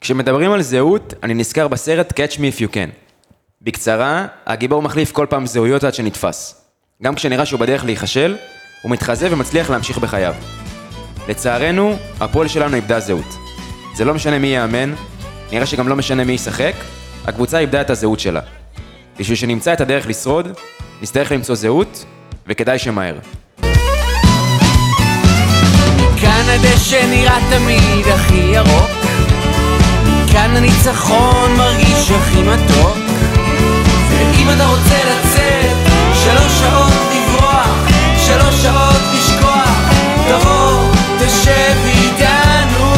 כשמדברים על זהות, אני נזכר בסרט Catch Me If You Can. בקצרה, הגיבור מחליף כל פעם זהויות עד שנתפס. גם כשנראה שהוא בדרך להיכשל, הוא מתחזה ומצליח להמשיך בחייו. לצערנו, הפועל שלנו איבדה זהות. זה לא משנה מי יאמן, נראה שגם לא משנה מי ישחק, הקבוצה איבדה את הזהות שלה. בשביל שנמצא את הדרך לשרוד, נצטרך למצוא זהות, וכדאי שמהר. כאן הדשא נראה תמיד הכי ירוק, כאן הניצחון מרגיש הכי מתוק. ואם אתה רוצה לצאת, שלוש שעות לברוח, שלוש שעות לשכוח, תבוא, תשב איתנו.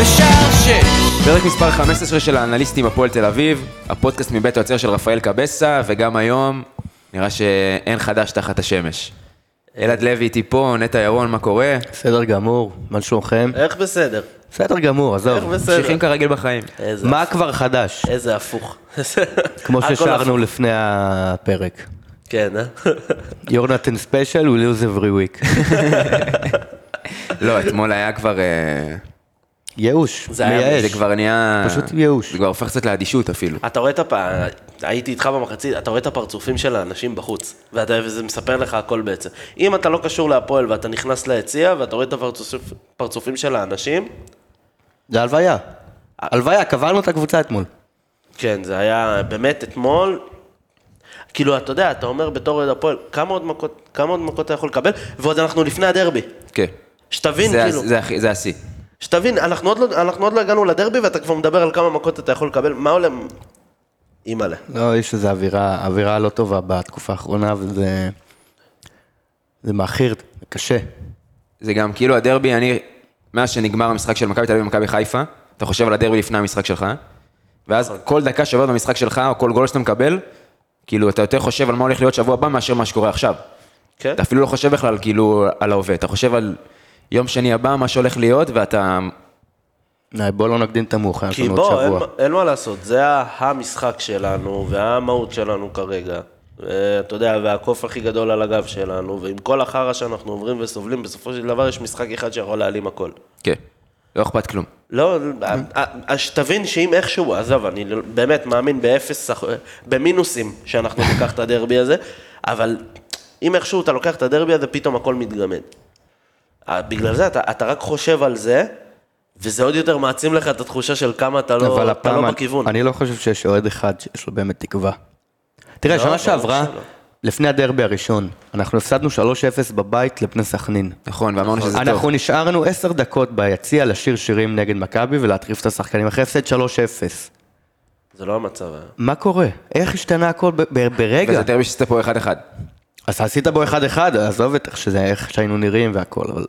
בשער שש. פרק מספר 15 של האנליסטים הפועל תל אביב, הפודקאסט מבית היוצר של רפאל קבסה, וגם היום נראה שאין חדש תחת השמש. אלעד לוי איתי פה, נטע ירון, מה קורה? בסדר גמור, מה שלומכם? איך בסדר? בסדר גמור, איך עזוב. בסדר? ממשיכים כרגיל בחיים. איזה, מה כבר חדש? איזה הפוך. כמו הכל ששרנו הפוך. לפני הפרק. כן, אה? יורנתן ספיישל, we lose every week. לא, אתמול היה כבר... אה, ייאוש, זה היה- מייאש. זה כבר נהיה... פשוט ייאוש. זה כבר הופך קצת לאדישות אפילו. אתה רואה את הפ... הייתי איתך במחצית, אתה רואה את הפרצופים של האנשים בחוץ, ואתה... וזה מספר לך הכל בעצם. אם אתה לא קשור להפועל ואתה נכנס ליציע ואתה רואה את הפרצופ- הפרצופים של האנשים, זה הלוויה. הלוויה, קברנו את הקבוצה אתמול. כן, זה היה באמת אתמול. כאילו, אתה יודע, אתה אומר בתור אוהד הפועל, כמה עוד מכות, כמה עוד מכות אתה יכול לקבל, ועוד אנחנו לפני הדרבי. כן. שתבין, זה ה- כאילו. זה הכי- זה השיא. שתבין, אנחנו עוד, לא, אנחנו עוד לא הגענו לדרבי ואתה כבר מדבר על כמה מכות אתה יכול לקבל, מה עולה? אימא'לה. לא, יש איזו אווירה, אווירה לא טובה בתקופה האחרונה, וזה... זה מאחיר, זה קשה. זה גם כאילו הדרבי, אני, מאז שנגמר המשחק של מכבי תל אביב ומכבי חיפה, אתה חושב על הדרבי לפני המשחק שלך, ואז כל דקה שעוברת במשחק שלך, או כל גול שאתה מקבל, כאילו, אתה יותר חושב על מה הולך להיות שבוע הבא מאשר מה שקורה עכשיו. כן? אתה אפילו לא חושב בכלל, כאילו, על ההווה, אתה חושב על יום שני הבא, מה שהולך להיות, ואתה... די, בוא לא נקדים את המאוחר, יש כי לנו עוד בוא, אין, שבוע. אין מה לעשות, זה ה- המשחק שלנו והמהות שלנו כרגע. אה, אתה יודע, והקוף הכי גדול על הגב שלנו, ועם כל החרא שאנחנו עוברים וסובלים, בסופו של דבר יש משחק אחד שיכול להעלים הכל. כן, לא אכפת כלום. לא, אה, אה, אז שתבין שאם איכשהו, עזוב, אני לא- באמת מאמין באפס, סח- במינוסים שאנחנו ניקח את הדרבי הזה, אבל אם איכשהו אתה לוקח את הדרבי הזה, פתאום הכל מתגמד. אה, בגלל זה אתה, אתה רק חושב על זה, וזה עוד יותר מעצים לך את התחושה של כמה אתה אבל לא, אתה הפעם לא אני- בכיוון. אני לא חושב שיש אוהד אחד שיש לו באמת תקווה. תראה, שנה ברור שעברה, שלא. לפני הדרבי הראשון, אנחנו הפסדנו 3-0 בבית לבני סכנין. נכון, ואמרנו שזה טוב. אנחנו נשארנו 10 דקות ביציע לשיר שירים נגד מכבי ולהטריף את השחקנים אחרי הפסד 3-0. זה לא המצב היה. מה קורה? איך השתנה הכל ב- ב- ברגע? וזה דרבי שעשית פה אחד-אחד. אז עשית בו אחד-אחד, עזוב את איך שזה, איך שהיינו נראים והכל, אבל...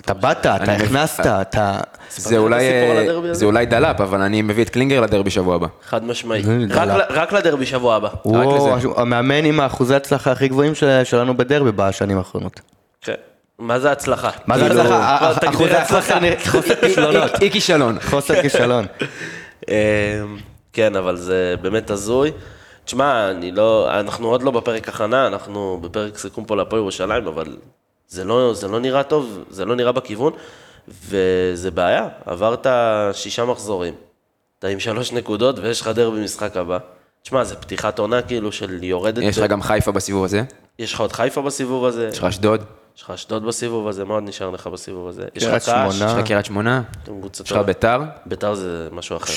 אתה באת, אתה אני מבין. הכנסת, אתה... זה אולי, הסיפור על אה, הדרבי הזה? זה אולי דלאפ, אבל אני מביא את קלינגר לדרבי שבוע הבא. חד משמעית. נו, רק, יאללה. ל- רק לדרבי שבוע הבא. וואו, לזה. המאמן עם האחוזי הצלחה הכי גבוהים של- שלנו בדרבי בשנים האחרונות. כן. מה זה הצלחה? מה זה כאילו, הצלחה? בוא, ה- ה- תגדיר אחוזי הצלחה. החוסר נ- אה, חוסר כישלונות. אי כישלון. חוסר כישלון. אמ, כן, אבל זה באמת הזוי. תשמע, אני לא, אנחנו עוד לא בפרק הכנה, אנחנו בפרק סיכום פה להפועל ירושלים, אבל זה לא, זה לא נראה טוב, זה לא נראה בכיוון, וזה בעיה. עברת שישה מחזורים, אתה עם שלוש נקודות ויש לך דרבי במשחק הבא. תשמע, זה פתיחת עונה כאילו של יורדת. יש לך גם חיפה בסיבוב הזה, יש לך עוד חיפה בסיבוב הזה, יש לך אשדוד, יש לך אשדוד בסיבוב הזה, מה עוד נשאר לך בסיבוב הזה? יש קריית לך קאש, שמונה. יש לך קריית שמונה, אתם קבוצה אה. יש לך טובה. ביתר, ביתר זה משהו אחר.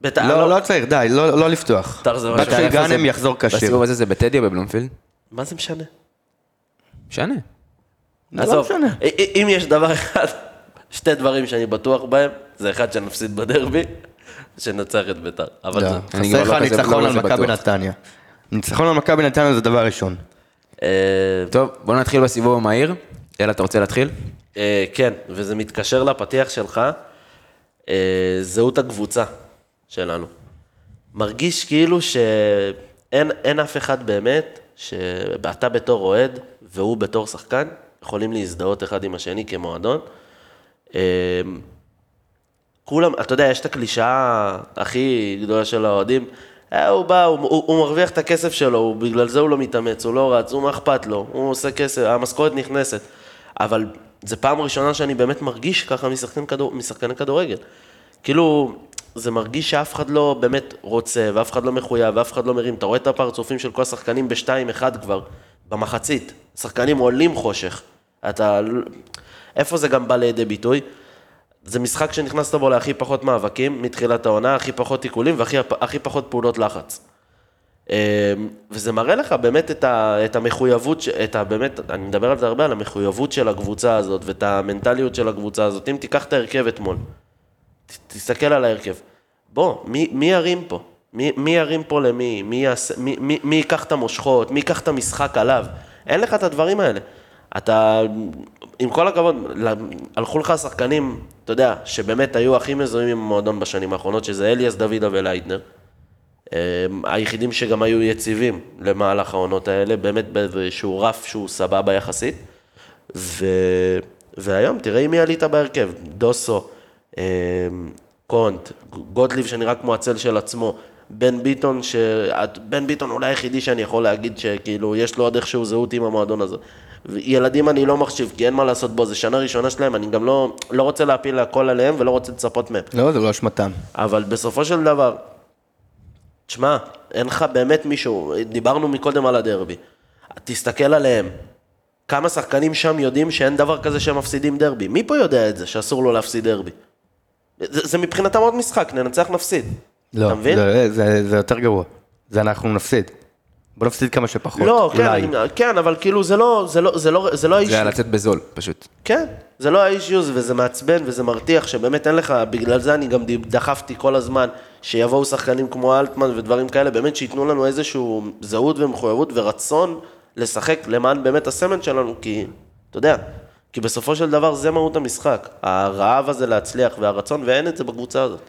ביתר, לא, לא צריך, די, לא לא לפתוח. ביתר זה משהו בת של אחר. גאנם יחזור כשיר. בסיבוב הזה זה בטדי או בבלומפילד? מה זה משנה? משנה. זה לא משנה. א- א- אם יש דבר אחד, שתי דברים שאני בטוח בהם, זה אחד שנפסיד בדרבי, שנצח את ביתר. אבל לא, זה... אני חסר כבר לך לא כזה- ניצחון לא על כזה מכבי בטוח. נתניה. ניצחון על מכבי נתניה זה דבר ראשון. אה, טוב, בוא נתחיל בסיבוב המהיר. יאללה, אתה רוצה להתחיל? אה, כן, וזה מתקשר לפתיח שלך, אה, זהות הקבוצה שלנו. מרגיש כאילו שאין אין אף אחד באמת, שאתה בתור אוהד והוא בתור שחקן, יכולים להזדהות אחד עם השני כמועדון. אה, כולם, אתה יודע, יש את הקלישאה הכי גדולה של האוהדים, אה, הוא בא, הוא, הוא, הוא מרוויח את הכסף שלו, הוא, בגלל זה הוא לא מתאמץ, הוא לא רץ, הוא מה אכפת לו, הוא עושה כסף, המשכורת נכנסת. אבל זה פעם ראשונה שאני באמת מרגיש ככה משחקן כדור, משחקני כדורגל. כאילו, זה מרגיש שאף אחד לא באמת רוצה, ואף אחד לא מחויב, ואף אחד לא מרים. אתה רואה את הפרצופים של כל השחקנים בשתיים, אחד כבר, במחצית. שחקנים עולים חושך. אתה... איפה זה גם בא לידי ביטוי? זה משחק שנכנסת בו להכי פחות מאבקים מתחילת העונה, הכי פחות עיקולים והכי הכי פחות פעולות לחץ. אמ, וזה מראה לך באמת את, ה, את המחויבות, ש- את ה, באמת, אני מדבר על זה הרבה, על המחויבות של הקבוצה הזאת ואת המנטליות של הקבוצה הזאת. אם תיקח את ההרכב אתמול, ת- תסתכל על ההרכב. בוא, מי, מי ירים פה? מי, מי ירים פה למי? מי, יעשה, מי, מי, מי ייקח את המושכות? מי ייקח את המשחק עליו? אין לך את הדברים האלה. אתה, עם כל הכבוד, ל- הלכו לך השחקנים, אתה יודע, שבאמת היו הכי מזוהים עם המועדון בשנים האחרונות, שזה אליאס דוידה ולייטנר. אה, היחידים שגם היו יציבים למהלך העונות האלה, באמת באיזשהו רף שהוא סבבה יחסית. ו... והיום, תראה עם מי עלית בהרכב, דוסו, אה, קונט, גוטליב שנראה כמו הצל של עצמו, בן ביטון, ש... את- בן ביטון אולי היחידי שאני יכול להגיד שכאילו יש לו עוד איכשהו זהות עם המועדון הזה. ילדים אני לא מחשיב, כי אין מה לעשות בו, זו שנה ראשונה שלהם, אני גם לא, לא רוצה להפיל הכל עליהם ולא רוצה לצפות מהם. לא, זה לא אשמתם. אבל בסופו של דבר, תשמע, אין לך באמת מישהו, דיברנו מקודם על הדרבי. תסתכל עליהם. כמה שחקנים שם יודעים שאין דבר כזה שהם מפסידים דרבי. מי פה יודע את זה, שאסור לו להפסיד דרבי? זה, זה מבחינתם עוד משחק, ננצח נפסיד. לא, אתה מבין? זה, זה, זה יותר גרוע. זה אנחנו נפסיד. בוא נפסיד כמה שפחות. לא, כן, אולי. אני- כן, אבל כאילו זה לא, זה לא, זה לא, זה לא זה היה האישיו. לצאת בזול, פשוט. כן, זה לא האישיוז וזה מעצבן וזה מרתיח שבאמת אין לך, בגלל זה אני גם דחפתי כל הזמן שיבואו שחקנים כמו אלטמן ודברים כאלה, באמת שייתנו לנו איזשהו זהות ומחויבות ורצון לשחק למען באמת הסמל שלנו, כי, אתה יודע, כי בסופו של דבר זה מהות המשחק, הרעב הזה להצליח והרצון, ואין את זה בקבוצה הזאת.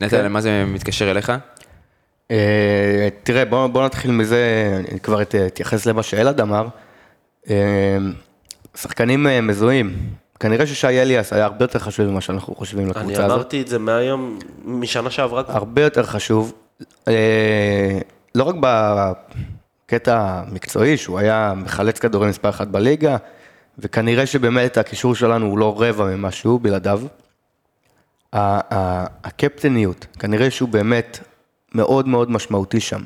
נטע, למה זה מתקשר אליך? אה, תראה, בוא, בוא נתחיל מזה, אני כבר את- אתייחס למה שאלעד אמר. אה, שחקנים אה, מזוהים. כנראה ששי אליאס היה הרבה יותר חשוב ממה שאנחנו חושבים לקבוצה אני הזאת. אמרתי את זה מהיום, משנה שעברה כבר. הרבה יותר חשוב, אה, לא רק בקטע המקצועי, שהוא היה מחלץ כדורים מספר אחת בליגה, וכנראה שבאמת הקישור שלנו הוא לא רבע ממה שהוא בלעדיו. ה- ה- הקפטניות, כנראה שהוא באמת מאוד מאוד משמעותי שם,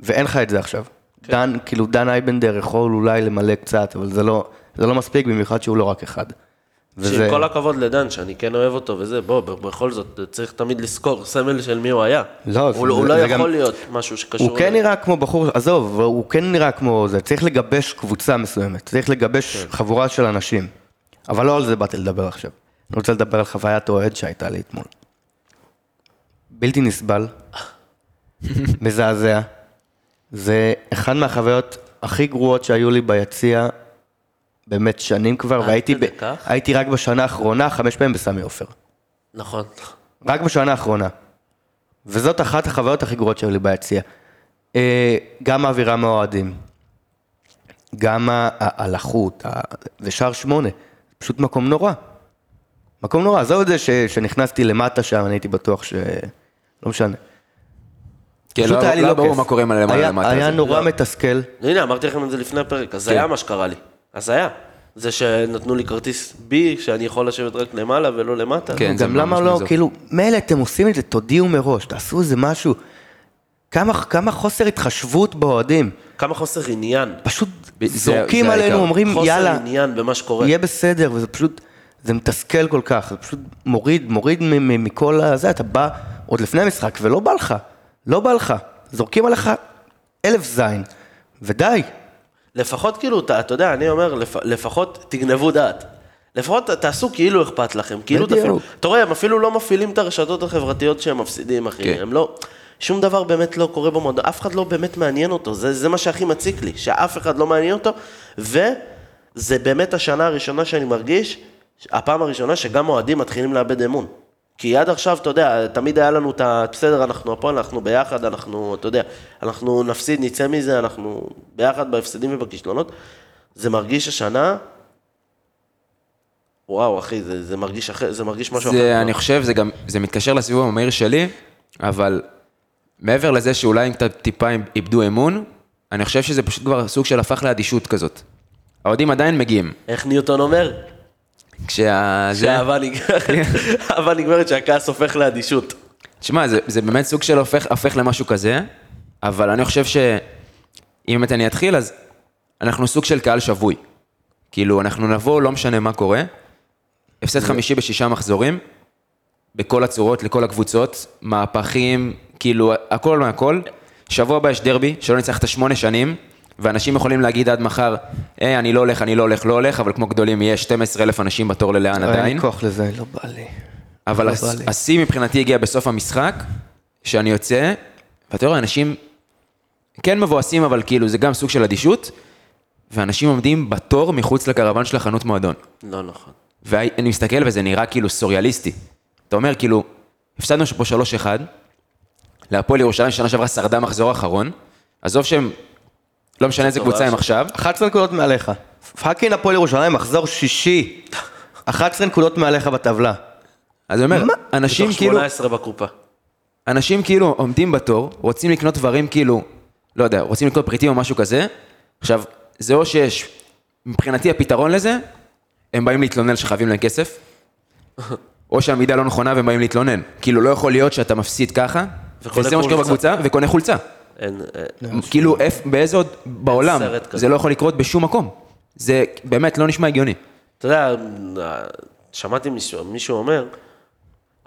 ואין לך את זה עכשיו. כן. דן, כאילו דן אייבנדר יכול אולי למלא קצת, אבל זה לא, זה לא מספיק, במיוחד שהוא לא רק אחד. שעם כל הכבוד לדן, שאני כן אוהב אותו וזה, בוא, ב- בכל זאת, צריך תמיד לזכור סמל של מי הוא היה. לא, הוא, זה- הוא לא זה יכול גם- להיות משהו שקשור... הוא כן אליו. נראה כמו בחור, עזוב, הוא כן נראה כמו זה, צריך לגבש קבוצה מסוימת, צריך כן. לגבש חבורה של אנשים. אבל לא על זה באתי לדבר עכשיו. אני רוצה לדבר על חוויית אוהד שהייתה לי אתמול. בלתי נסבל, מזעזע. זה אחד מהחוויות הכי גרועות שהיו לי ביציע באמת שנים כבר, והייתי כדי ב- כך? הייתי רק בשנה האחרונה חמש פעמים בסמי עופר. נכון. רק בשנה האחרונה. וזאת אחת החוויות הכי גרועות שהיו לי ביציע. אה, גם האווירה מהאוהדים, גם ה- ה- הלחות, ה- זה שער שמונה, פשוט מקום נורא. מקום נורא, עזוב את זה ש- שנכנסתי למטה שם, אני הייתי בטוח ש... לא משנה. כן, פשוט לא- היה לי לא לא ברור כיף. מה קורה עם הלמעלה היה- למטה היה הזה. לא. נורא מתסכל, הנה, אמרתי לכם את זה לפני הפרק, אז כן. היה מה שקרה לי. אז היה. זה שנתנו לי כרטיס בי, שאני יכול לשבת רק למעלה ולא למטה. כן. זה גם למה ממש לא, מוזר. כאילו, מילא אתם עושים את זה, תודיעו מראש, תעשו איזה משהו. כמה, כמה חוסר התחשבות באוהדים, כמה חוסר עניין. פשוט ב- זה- זורקים זה עלינו, העיקר. אומרים חוסר יאללה, עניין במה שקורה. יהיה בסדר, וזה פשוט, זה מתסכל כל כך, זה פשוט מוריד, מוריד מ- מ- מכל הזה, אתה בא עוד לפני המשחק, ולא בא לך, לא בא לך, זורקים עליך אלף זין, ודי. לפחות כאילו, אתה, אתה יודע, אני אומר, לפ, לפחות תגנבו דעת. לפחות ת- תעשו כאילו אכפת לכם, כאילו בדיוק. תפעילו, אתה רואה, הם אפילו לא מפעילים את הרשתות החברתיות שהם מפסידים, אחי, כן. הם לא, שום דבר באמת לא קורה במועדון, אף אחד לא באמת מעניין אותו, זה, זה מה שהכי מציק לי, שאף אחד לא מעניין אותו, וזה באמת השנה הראשונה שאני מרגיש, הפעם הראשונה שגם אוהדים מתחילים לאבד אמון. כי עד עכשיו, אתה יודע, תמיד היה לנו את ה... בסדר, אנחנו הפועל, אנחנו ביחד, אנחנו, אתה יודע, אנחנו נפסיד, נצא מזה, אנחנו ביחד בהפסדים ובכישלונות. זה מרגיש השנה, וואו, אחי, זה, זה מרגיש אחר, זה מרגיש משהו אחר. זה, אני חושב, זה גם, זה מתקשר לסיבוב המהיר שלי, אבל מעבר לזה שאולי הם קצת טיפה איבדו אמון, אני חושב שזה פשוט כבר סוג של הפך לאדישות כזאת. האוהדים עדיין מגיעים. איך ניוטון אומר? כשה... זה- שהאהבה נגמרת, כן. האהבה נגמרת שהכעס הופך לאדישות. תשמע, זה, זה באמת סוג של הופך, הופך למשהו כזה, אבל אני חושב שאם באמת אני אתחיל, אז אנחנו סוג של קהל שבוי. כאילו, אנחנו נבוא, לא משנה מה קורה, הפסד חמישי בשישה מחזורים, בכל הצורות, לכל הקבוצות, מהפכים, כאילו, הכל מהכל. שבוע הבא יש דרבי, שלא ניצחת שמונה שנים, ואנשים יכולים להגיד עד מחר, היי, אני לא הולך, אני לא הולך, לא הולך, אבל כמו גדולים יהיה 12,000 אנשים בתור ללאן אין עדיין. לי כוח לזה, לא בא לי. אבל לא הס- בא לי. השיא מבחינתי הגיע בסוף המשחק, שאני יוצא, ואתה רואה, אנשים כן מבואסים, אבל כאילו זה גם סוג של אדישות, ואנשים עומדים בתור מחוץ לקרוון של החנות מועדון. לא נכון. ואני מסתכל וזה נראה כאילו סוריאליסטי. אתה אומר, כאילו, הפסדנו פה 3-1, להפועל ירושלים שנה שעברה שרדה מחזור אחרון, עזוב שהם, לא משנה איזה טובה קבוצה הם ש- עכשיו, 11 נקודות מעליך. פאקינג הפועל ירושלים, מחזור שישי. 11 נקודות מעליך בטבלה. אז אני אומר, אנשים מתוך כאילו, 18 בקופה. אנשים כאילו עומדים בתור, רוצים לקנות דברים כאילו, לא יודע, רוצים לקנות פריטים או משהו כזה. עכשיו, זה או שיש, מבחינתי הפתרון לזה, הם באים להתלונן שחייבים להם כסף, או שהמידה לא נכונה והם באים להתלונן. כאילו, לא יכול להיות שאתה מפסיד ככה, וקונה וזה מה שקורה חולצה. בקבוצה, וקונה חולצה. אין, אה, כאילו, איפ- באיזה עוד, בעולם, סרט כזה. זה לא יכול לקרות בשום מקום. זה באמת לא נשמע הגיוני. אתה יודע, אה, שמעתי מישהו, מישהו אומר,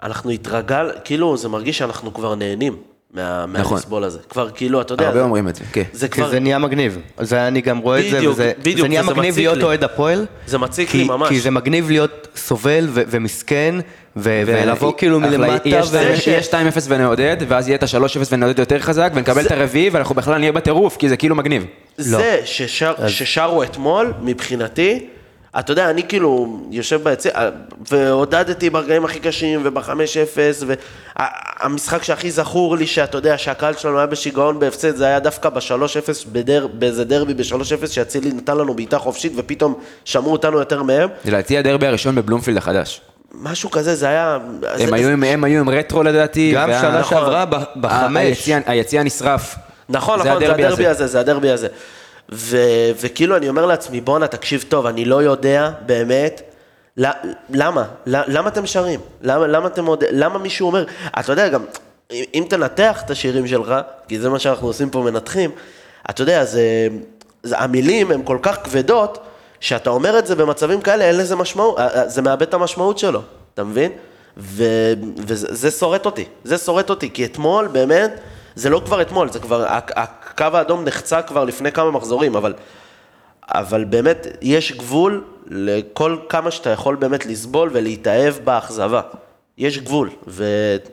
אנחנו התרגל, כאילו זה מרגיש שאנחנו כבר נהנים מה, נכון. מהלסבול הזה. כבר כאילו, אתה יודע, הרבה זה, אומרים את זה, כן. זה כי כבר, זה נהיה מגניב. זה אני גם רואה את זה, בדיוק, וזה בדיוק, זה נהיה וזה מגניב מציק להיות לי. אוהד הפועל. זה מציק כי- לי ממש. כי זה מגניב להיות סובל ו- ומסכן, ו- ולבוא כאילו אחלה, מלמטה. יש ו- זה ש- שיש 2-0 ונעודד, ואז יהיה את ה-3-0 ונעודד יותר חזק, ונקבל את הרביעי, ואנחנו בכלל נהיה בטירוף, כי זה כאילו מגניב. זה ששר, ששרו אתמול, מבחינתי, אתה יודע, אני כאילו יושב ביציע, ועודדתי ברגעים הכי קשים, וב-5-0, והמשחק שהכי זכור לי, שאתה יודע, שהקהל שלנו היה בשיגעון בהפסד, זה היה דווקא ב-3-0, בדר, באיזה דרבי ב-3-0, שאצילי נתן לנו בעיטה חופשית, ופתאום שמעו אותנו יותר מהם, זה לדעתי הדרבי הראשון בבלומפילד החדש. משהו כזה, זה היה... הם זה- היו עם- הם היו עם רטרו לדעתי, גם וה- שנה נכון. שעברה ב- אה, ה- בחמש. היציע- היציע נשרף. נכון, נכון, זה הדרבי הזה, זה הדרבי הזה. ו- וכאילו, אני אומר לעצמי, בואנה, תקשיב טוב, אני לא יודע באמת, ל- למה? ל- למה אתם שרים? למה, למה אתם עוד... למה מישהו אומר... אתה יודע, גם, אם אם תנתח את השירים שלך, כי זה מה שאנחנו עושים פה, מנתחים, אתה יודע, זה... זה- המילים הן כל כך כבדות, שאתה אומר את זה במצבים כאלה, אין לזה משמעות, אה, אה, זה מאבד את המשמעות שלו, אתה מבין? ו, וזה זה שורט אותי, זה שורט אותי, כי אתמול באמת, זה לא כבר אתמול, זה כבר, הק- הקו האדום נחצה כבר לפני כמה מחזורים, אבל, אבל באמת, יש גבול לכל כמה שאתה יכול באמת לסבול ולהתאהב באכזבה. יש גבול, ואתה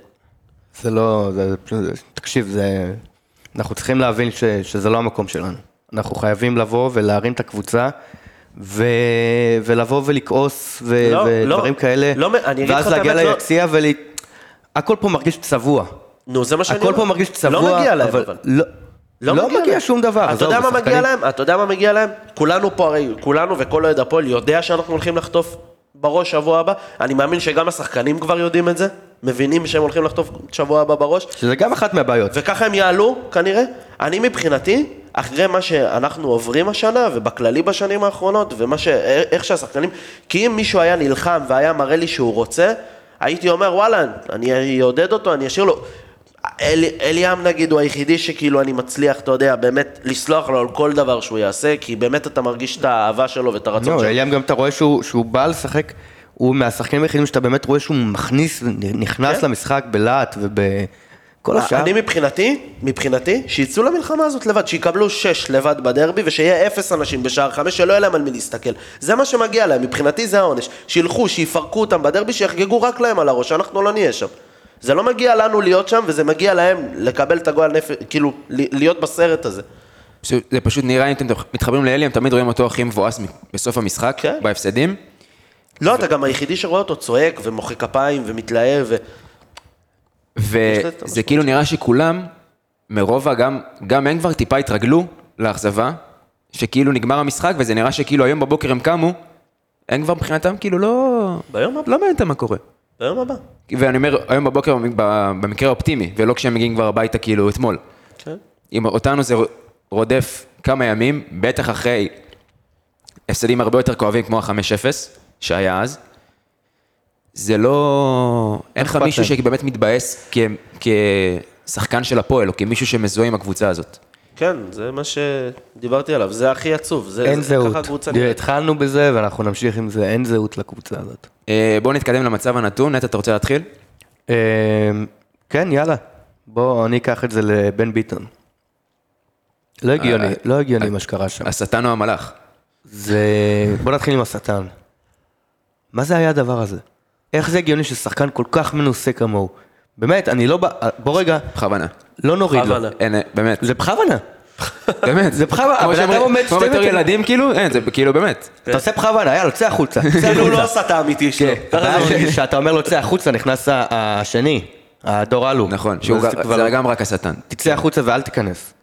זה לא, זה, זה- תקשיב, זה, אנחנו צריכים להבין ש, שזה לא המקום שלנו. אנחנו חייבים לבוא ולהרים את הקבוצה, ו, ולבוא ולכעוס, ו, לא, ודברים לא, כאלה, לא, אני אגיד לך ואז את להגיע האמת, לא. ליציע ול... הכל פה מרגיש צבוע. נו, זה מה שאני הכל אומר. פה מרגיש צבוע, לא מגיע להם, אבל... לא, לא, מגיע, להם. שום דבר. אתה עזוב, יודע מה השחקנים- מגיע להם? אתה יודע מה מגיע להם? כולנו פה הרי, כולנו וכל אוהד הפועל יודע שאנחנו הולכים לחטוף בראש שבוע הבא. אני מאמין שגם השחקנים כבר יודעים את זה, מבינים שהם הולכים לחטוף שבוע הבא בראש. שזה גם אחת מהבעיות. וככה הם יעלו, כנראה. אני מבחינתי, אחרי מה שאנחנו עוברים השנה, ובכללי בשנים האחרונות, ומה ש... איך שהשחקנים... כי אם מישהו היה נלחם והיה מראה לי שהוא רוצה, הייתי אומר, וואלה, אני אעודד אותו, אני אשאיר לו... אל, אליאם נגיד הוא היחידי שכאילו אני מצליח, אתה יודע, באמת לסלוח לו על כל דבר שהוא יעשה, כי באמת אתה מרגיש את האהבה שלו ואת הרצון לא, שלו. אליאם גם אתה רואה שהוא, שהוא בא לשחק, הוא מהשחקנים היחידים שאתה באמת רואה שהוא מכניס, נכנס כן. למשחק בלהט ובכל השאר. אני מבחינתי, מבחינתי, שיצאו למלחמה הזאת לבד, שיקבלו שש לבד בדרבי ושיהיה אפס אנשים בשער חמש, שלא יהיה להם על מי להסתכל. זה מה שמגיע להם, מבחינתי זה העונש. שילכו, שיפרקו אותם בדרבי, שיחגגו רק להם על הראש, אנחנו לא נהיה שם. זה לא מגיע לנו להיות שם, וזה מגיע להם לקבל את הגועל נפש, כאילו, ל- להיות בסרט הזה. פשוט- זה פשוט נראה, אם אתם מתחברים לאלי, הם תמיד רואים אותו הכי מבואס מ- בסוף המשחק, כן. בהפסדים. לא, אתה גם היחידי שרואה אותו צועק ומוחא כפיים ומתלהב, ו... בהחלט, אתה וזה משמעות. כאילו נראה שכולם, מרוב הגם, גם הם כבר טיפה התרגלו לאכזבה, שכאילו נגמר המשחק, וזה נראה שכאילו היום בבוקר הם קמו, הם כבר מבחינתם כאילו לא... ביום הבא, לא מעניין אותם מה קורה. ביום הבא. ואני אומר, היום בבוקר ב- במקרה האופטימי, ולא כשהם מגיעים כבר הביתה כאילו אתמול. כן. אם אותנו זה רודף כמה ימים, בטח אחרי הפסדים הרבה יותר כואבים כמו ה-5-0 שהיה אז, זה לא... אין לך אכפת מישהו להם. שבאמת מתבאס כ- כשחקן של הפועל, או כמישהו שמזוהה עם הקבוצה הזאת. כן, זה מה שדיברתי עליו, זה הכי עצוב. זה, אין זה, זהות. ככה הקבוצה תראה, נראית. התחלנו בזה ואנחנו נמשיך עם זה, אין זהות לקבוצה הזאת. אה, בואו נתקדם למצב הנתון. נטע, אתה רוצה להתחיל? אמ, כן, יאללה. בוא, אני אקח את זה לבן ביטון. לא אה, הגיוני, לא הגיוני מה שקרה שם. השטן או המלאך? זה... בוא נתחיל עם השטן. מה זה היה הדבר הזה? איך זה הגיוני ששחקן כל כך מנוסה כמוהו? באמת, אני לא בא... בוא רגע, בכוונה. לא נוריד לו. בכוונה. כן. אין, אה, באמת. זה בכוונה. באמת. זה בכוונה, כמו הבן אדם שאומרים- עומד שתי כמו בתור מטר. ילדים, כאילו, אין, זה כאילו באמת. אתה עושה בכוונה, יאללה, צא החוצה. צא כאילו הוא החוצה. לא עשה את האמיתי שלו. כן. ככה זה הבעיה מרגיש. ש- שאתה אומר לו צא החוצה, נכנס ה- השני, הדור אלו. נכון, שהוא וזה גר- כבר- לא- זה גם רק השטן. תצא החוצה ואל תיכנס.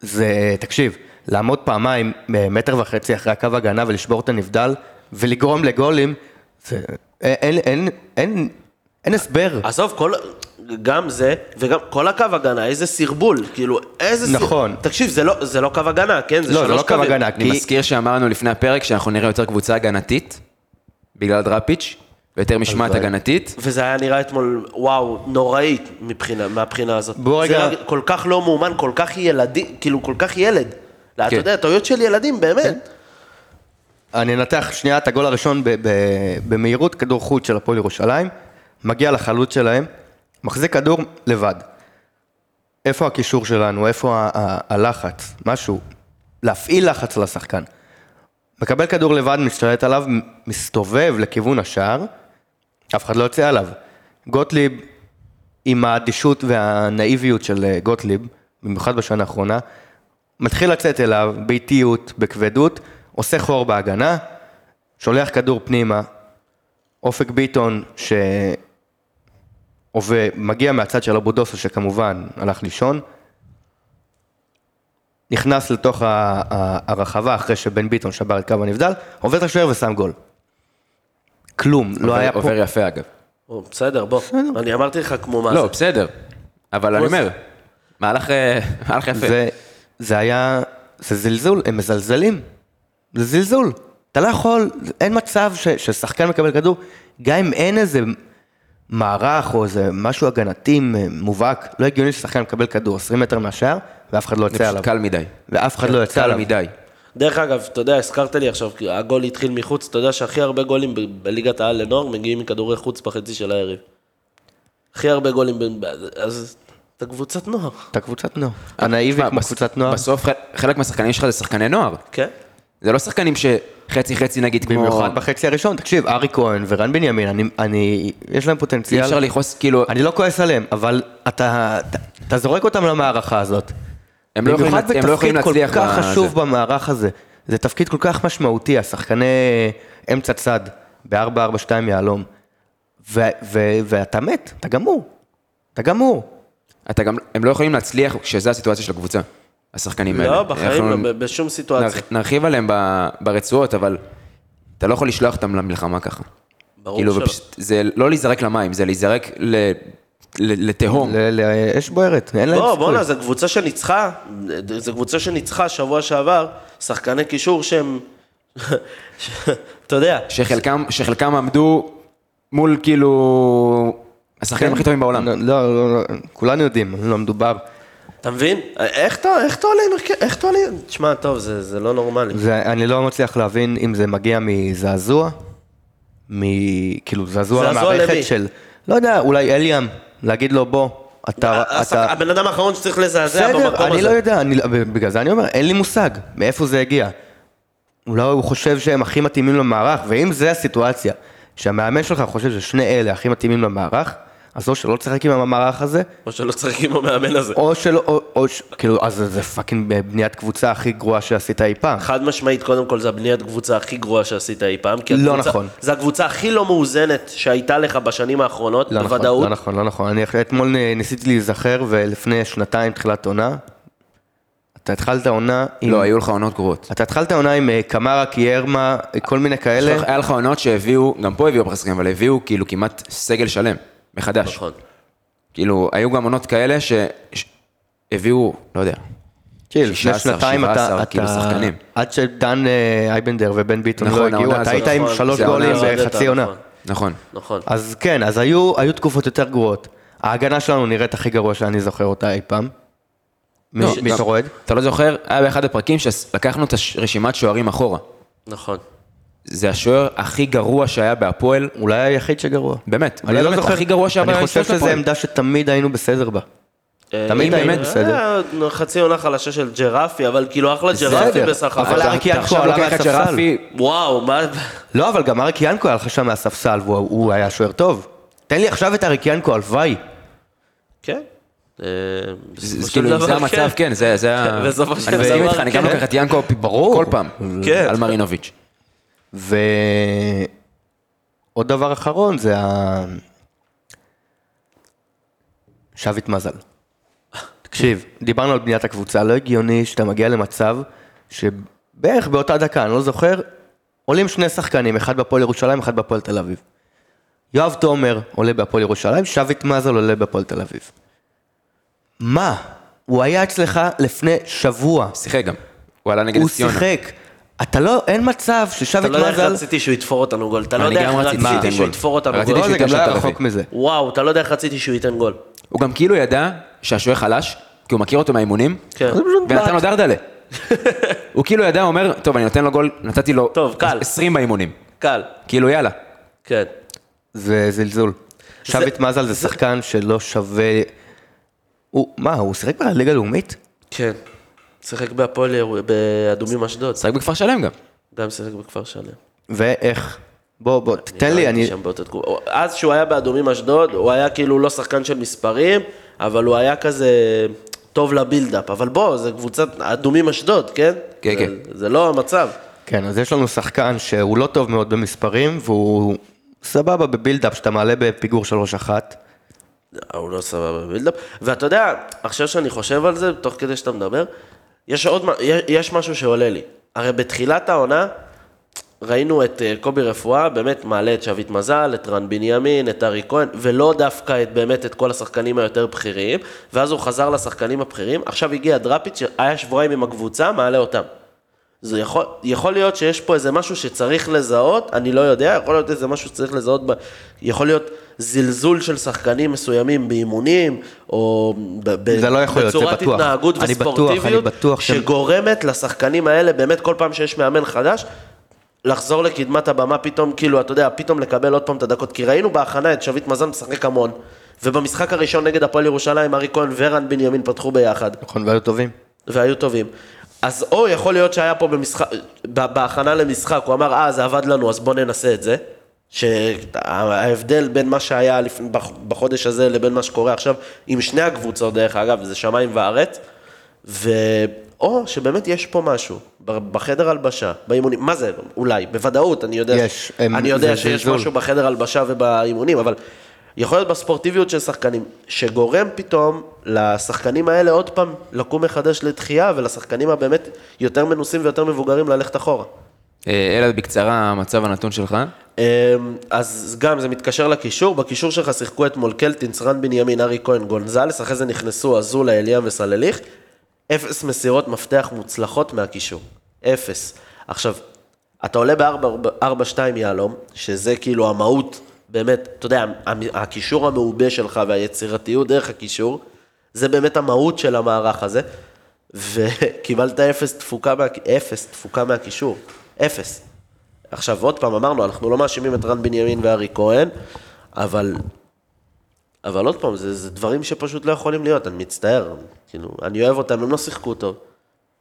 זה, תקשיב, לעמוד פעמיים אה, מטר וחצי אחרי הקו הגנה ולשבור את הנבדל ולגרום לגולים, זה... אין, אין, אין, אין, אין הסבר. עזוב, כל... גם זה, וגם כל הקו הגנה, איזה סרבול, כאילו, איזה סרבול. נכון. תקשיב, זה לא, זה לא קו הגנה, כן? זה לא, זה שלוש לא קו קווים. הגנה, אני כי... מזכיר שאמרנו לפני הפרק שאנחנו נראה יותר קבוצה הגנתית, בגלל דראפיץ', ויותר משמעת הלוואי. הגנתית. וזה היה נראה אתמול, וואו, נוראית מבחינה, מהבחינה הזאת. בוא רגע. זה היה כל כך לא מאומן, כל כך ילדי, כאילו, כל כך ילד. לא, אתה כן. יודע, טעויות של ילדים, כן. באמת. אני אנתח שנייה את הגול הראשון ב- ב- במהירות, כדור חוץ של הפועל ירושלים, מגיע לחלוץ שלהם, מחזיק כדור לבד. איפה הקישור שלנו? איפה ה- ה- הלחץ? משהו. להפעיל לחץ על השחקן. מקבל כדור לבד, משתלט עליו, מ- מסתובב לכיוון השער, אף אחד לא יוצא עליו. גוטליב, עם האדישות והנאיביות של אה, גוטליב, במיוחד בשנה האחרונה, מתחיל לצאת אליו באיטיות, בכבדות, עושה חור בהגנה, שולח כדור פנימה, אופק ביטון ש... ומגיע מהצד של אבודוסו שכמובן הלך לישון, נכנס לתוך ה- ה- הרחבה אחרי שבן ביטון שבר את קו הנבדל, עובר את השוער ושם גול. כלום, לא היה פה... עובר יפה אגב. או, בסדר, בוא. אני אמרתי לך כמו מה לא, זה. בסדר. אבל אני אומר, מהלך אה, מהלך יפה. זה, זה היה, זה זלזול, הם מזלזלים. זה זלזול. אתה לא יכול, אין מצב ש, ששחקן מקבל כדור, גם אם אין איזה מערך או איזה משהו הגנתי מובהק, לא הגיוני ששחקן מקבל כדור 20 מטר מהשער, ואף אחד לא זה יוצא עליו. פשוט קל מדי. ואף אחד לא יוצא קל עליו. מדי. דרך אגב, אתה יודע, הזכרת לי עכשיו, כי הגול התחיל מחוץ, אתה יודע שהכי הרבה גולים ב- בליגת העל לנוער מגיעים מכדורי חוץ בחצי של היריב. הכי הרבה גולים, ב- ב- אז אתה קבוצת נוער, אתה קבוצת נוער. הנאיבי מה, כמו בס- קבוצת נוער. אה, בסוף ח- חלק מהשחקנים שלך זה שחקני נוער. כן? זה לא שחקנים שחצי חצי נגיד כמו... במיוחד בחצי הראשון, תקשיב, ארי כהן ורן בנימין, אני, אני, יש להם אי פוטנציאל. אפשר לכעוס, כאילו, אני לא כועס עליהם, אבל אתה, אתה, אתה זורק אותם למערכה הזאת. הם לא יכולים- במיוחד הם לא יכולים בתפקיד להצליח כל כך בזה. חשוב במערך הזה. זה תפקיד כל כך משמעותי, השחקני אמצע צד, ב-442 יהלום. ו- ו- ואתה מת, אתה גמור. אתה גמור. אתה גם, הם לא יכולים להצליח כשזו הסיטואציה של הקבוצה, השחקנים האלה. לא, בחיים, אנחנו לא, ב- בשום סיטואציה. נר- נרחיב עליהם ב- ברצועות, אבל אתה לא יכול לשלוח אותם למלחמה ככה. ברור כאילו, שלא. ופשוט, זה לא להיזרק למים, זה להיזרק ל- ל- לתהום. ל- ל- אש בוערת, אין להם בוא, סיכוי. בואנה, זו קבוצה שניצחה, זו קבוצה שניצחה שבוע שעבר, שחקני קישור שהם, ש- אתה יודע, שחלקם, שחלקם עמדו מול כאילו השחקנים הכי טובים בעולם. לא, לא, לא, כולנו יודעים, לא מדובר. אתה מבין? איך אתה איך אתה עולה עם הרכב, איך אתה עולה, עם- תשמע, טוב, זה זה לא נורמלי. זה, אני לא מצליח להבין אם זה מגיע מזעזוע, מ... כאילו זעזוע זעזוע למערכת למי? של, לא יודע, אולי אליאם, להגיד לו בוא, אתה... השח- אתה... הבן אדם האחרון שצריך לזעזע במקום הזה. בסדר, אני לא יודע, אני, בגלל זה אני אומר, אין לי מושג מאיפה זה הגיע. אולי הוא חושב שהם הכי מתאימים למערך, ואם זה הסיטואציה, שהמאמן שלך חושב ששני אלה הכי מתאימים למערך, אז או שלא תשחק עם המערך הזה, או שלא צריך עם המאמן הזה. או שלא, או, או ש... כאילו, אז זה פאקינג בניית קבוצה הכי גרועה שעשית אי פעם. חד משמעית, קודם כל, זה הבניית קבוצה הכי גרועה שעשית אי פעם. כי לא הקבוצה- נכון. זו הקבוצה הכי לא מאוזנת שהייתה לך בשנים האחרונות, לא נכון, בוודאות. לא נכון, לא נכון. אני אתמול ניסיתי להיזכר, ולפני שנתיים תחילת עונה, אתה התחלת עונה עם... לא, היו לך עונות גרועות. אתה התחלת עונה עם אה, קמרה, קיירמה, אה, כל מיני כאלה. היה לך עונות שהביאו, גם פה הביאו הרבה שחקנים, אבל הביאו כאילו כמעט סגל שלם, מחדש. נכון. כאילו, היו גם עונות כאלה שהביאו, לא יודע, כאילו, 16, לפני שנתיים אתה, 17, אתה, כאילו, שחקנים. עד שדן אה, אייבנדר ובן ביטון נכון, לא הגיעו, העונה אתה הזאת, היית עם נכון, שלוש זה העונה גולים הזאת, בחצי אתה עונה. נכון. נכון. נכון. אז כן, אז היו, היו תקופות יותר גרועות. ההגנה שלנו נראית הכי גרוע שאני זוכר אותה אי פעם. מי לא, מי גם- שרועד? אתה לא זוכר? היה באחד הפרקים שלקחנו את הש- רשימת שוערים אחורה. נכון. זה השוער הכי גרוע שהיה בהפועל, אולי היחיד שגרוע. באמת. אבל באמת, הכי גרוע שהיה לא אני חושב בהיסטוריה של שזו הפועל. עמדה שתמיד היינו בסדר בה. אה, תמיד אם- היינו אה, בסדר. חצי עונה חלשה של ג'רפי, אבל כאילו אחלה ג'רפי בסדר, בסך אבל הכל. אריק ינקו עכשיו עלה לוקח את מהספסל. שרפי, וואו, מה... לא, אבל גם אריק ינקו היה לך שם מהספסל, והוא הוא היה שוער טוב. תן לי עכשיו את אריק ינקו, הלוואי. כן. אה, זה- בסופו זה של כאילו, דבר, זה המצב, כן, זה זה ה... בסופו של אני מסכים דבר, איתך, אני כן. גם לוקח את ינקו ברור. כל פעם, כן. על מרינוביץ'. ועוד דבר אחרון זה ה... שביט מזל. תקשיב, דיברנו על בניית הקבוצה, לא הגיוני שאתה מגיע למצב שבערך באותה דקה, אני לא זוכר, עולים שני שחקנים, אחד בהפועל ירושלים, אחד בהפועל תל אביב. יואב תומר עולה בהפועל ירושלים, שביט מזל עולה בהפועל תל אביב. מה? הוא היה אצלך לפני שבוע, שיחק גם. הוא עלה נגד הוא ציונה. שיחק. אתה לא, אין מצב אתה ששביט לא יודע איך מזל... רציתי שהוא יתפור אותנו גול. אתה לא אני יודע גם איך רציתי רציתי שייתן שהוא גול. יתפור אותנו רציתי גול. לא, זה שייתן גם לא היה שת"פים. רחוק מזה. וואו, אתה לא יודע איך רציתי שהוא ייתן גול. הוא גם כאילו ידע שהשוער חלש, כי הוא מכיר אותו מהאימונים, כן. ונתן לו דרדלה. הוא כאילו ידע, הוא אומר, טוב, אני נותן לו גול, נתתי לו טוב, קל. 20 באימונים. קל. כאילו, יאללה. כן. זה זלזול. שביט מזל זה שחקן שלא שווה... הוא, מה, הוא שיחק בליגה הלאומית? כן. שיחק בהפועל, ירו- באדומים אשדוד. שיחק בכפר שלם גם. גם שיחק בכפר שלם. לא ואיך? בוא, בוא, תן לי, הייתי אני... שם באותה תקופה. אז שהוא היה באדומים אשדוד, הוא היה כאילו לא שחקן של מספרים, אבל הוא היה כזה טוב לבילדאפ. אבל בוא, זה קבוצת אדומים אשדוד, כן? כן, זה- כן. זה לא המצב. כן, אז יש לנו שחקן שהוא לא טוב מאוד במספרים, והוא סבבה בבילדאפ שאתה מעלה בפיגור 3-1. הוא לא סבבה בבילדאפ. ואתה יודע, עכשיו שאני חושב על זה, תוך כדי שאתה מדבר, יש עוד, מה- יש- יש משהו שעולה לי. הרי בתחילת העונה, ראינו את אה, קובי רפואה, באמת מעלה את שביט מזל, את רן בנימין, את ארי כהן, ולא דווקא את, באמת את כל השחקנים היותר בכירים, ואז הוא חזר לשחקנים הבכירים, עכשיו הגיע דראפיץ' שהיה שבועיים עם הקבוצה, מעלה אותם. זה יכול, יכול להיות שיש פה איזה משהו שצריך לזהות, אני לא יודע, יכול להיות איזה משהו שצריך לזהות, ב, יכול להיות זלזול של שחקנים מסוימים באימונים, או ב, ב, זה לא יכול להיות, זה בצורת בטוח. התנהגות אני בטוח, אני וספורטיביות, בטוח ש- שגורמת לשחקנים האלה, באמת כל פעם שיש מאמן חדש, לחזור לקדמת הבמה פתאום, כאילו, אתה יודע, פתאום לקבל עוד פעם את הדקות, כי ראינו בהכנה את שביט מזן משחק המון, ובמשחק הראשון נגד הפועל ירושלים, ארי כהן ורן בנימין פתחו ביחד. נכון, והיו טובים. והיו טובים. אז או יכול להיות שהיה פה במשחק, ב- בהכנה למשחק, הוא אמר, אה, זה עבד לנו, אז בוא ננסה את זה. שההבדל בין מה שהיה לפני, בח- בחודש הזה לבין מה שקורה עכשיו, עם שני הקבוצות, דרך אגב, זה שמיים וארץ. ו... או שבאמת יש פה משהו, ב- בחדר הלבשה, באימונים, מה זה, אולי, בוודאות, אני יודע, יש, הם- אני יודע זה שיש זלזול. משהו בחדר הלבשה ובאימונים, אבל יכול להיות בספורטיביות של שחקנים, שגורם פתאום לשחקנים האלה עוד פעם לקום מחדש לתחייה, ולשחקנים הבאמת יותר מנוסים ויותר מבוגרים ללכת אחורה. אה, אלא בקצרה, המצב הנתון שלך. אמ, אז גם זה מתקשר לקישור, בקישור שלך שיחקו אתמול קלטינס, רן בנימין, ארי כהן, גונזלס, אחרי זה נכנסו אזולה, אליאם וסלליך, אפס מסירות מפתח מוצלחות מהקישור, אפס. עכשיו, אתה עולה ב-4-2 יהלום, שזה כאילו המהות, באמת, אתה יודע, המ- הקישור המעובה שלך והיצירתיות דרך הקישור, זה באמת המהות של המערך הזה, וקיבלת אפס תפוקה, מה... אפס תפוקה מהקישור, אפס. עכשיו, עוד פעם, אמרנו, אנחנו לא מאשימים את רן בנימין וארי כהן, אבל... אבל עוד פעם, זה, זה דברים שפשוט לא יכולים להיות, אני מצטער. כאילו, אני אוהב אותם, הם לא שיחקו טוב.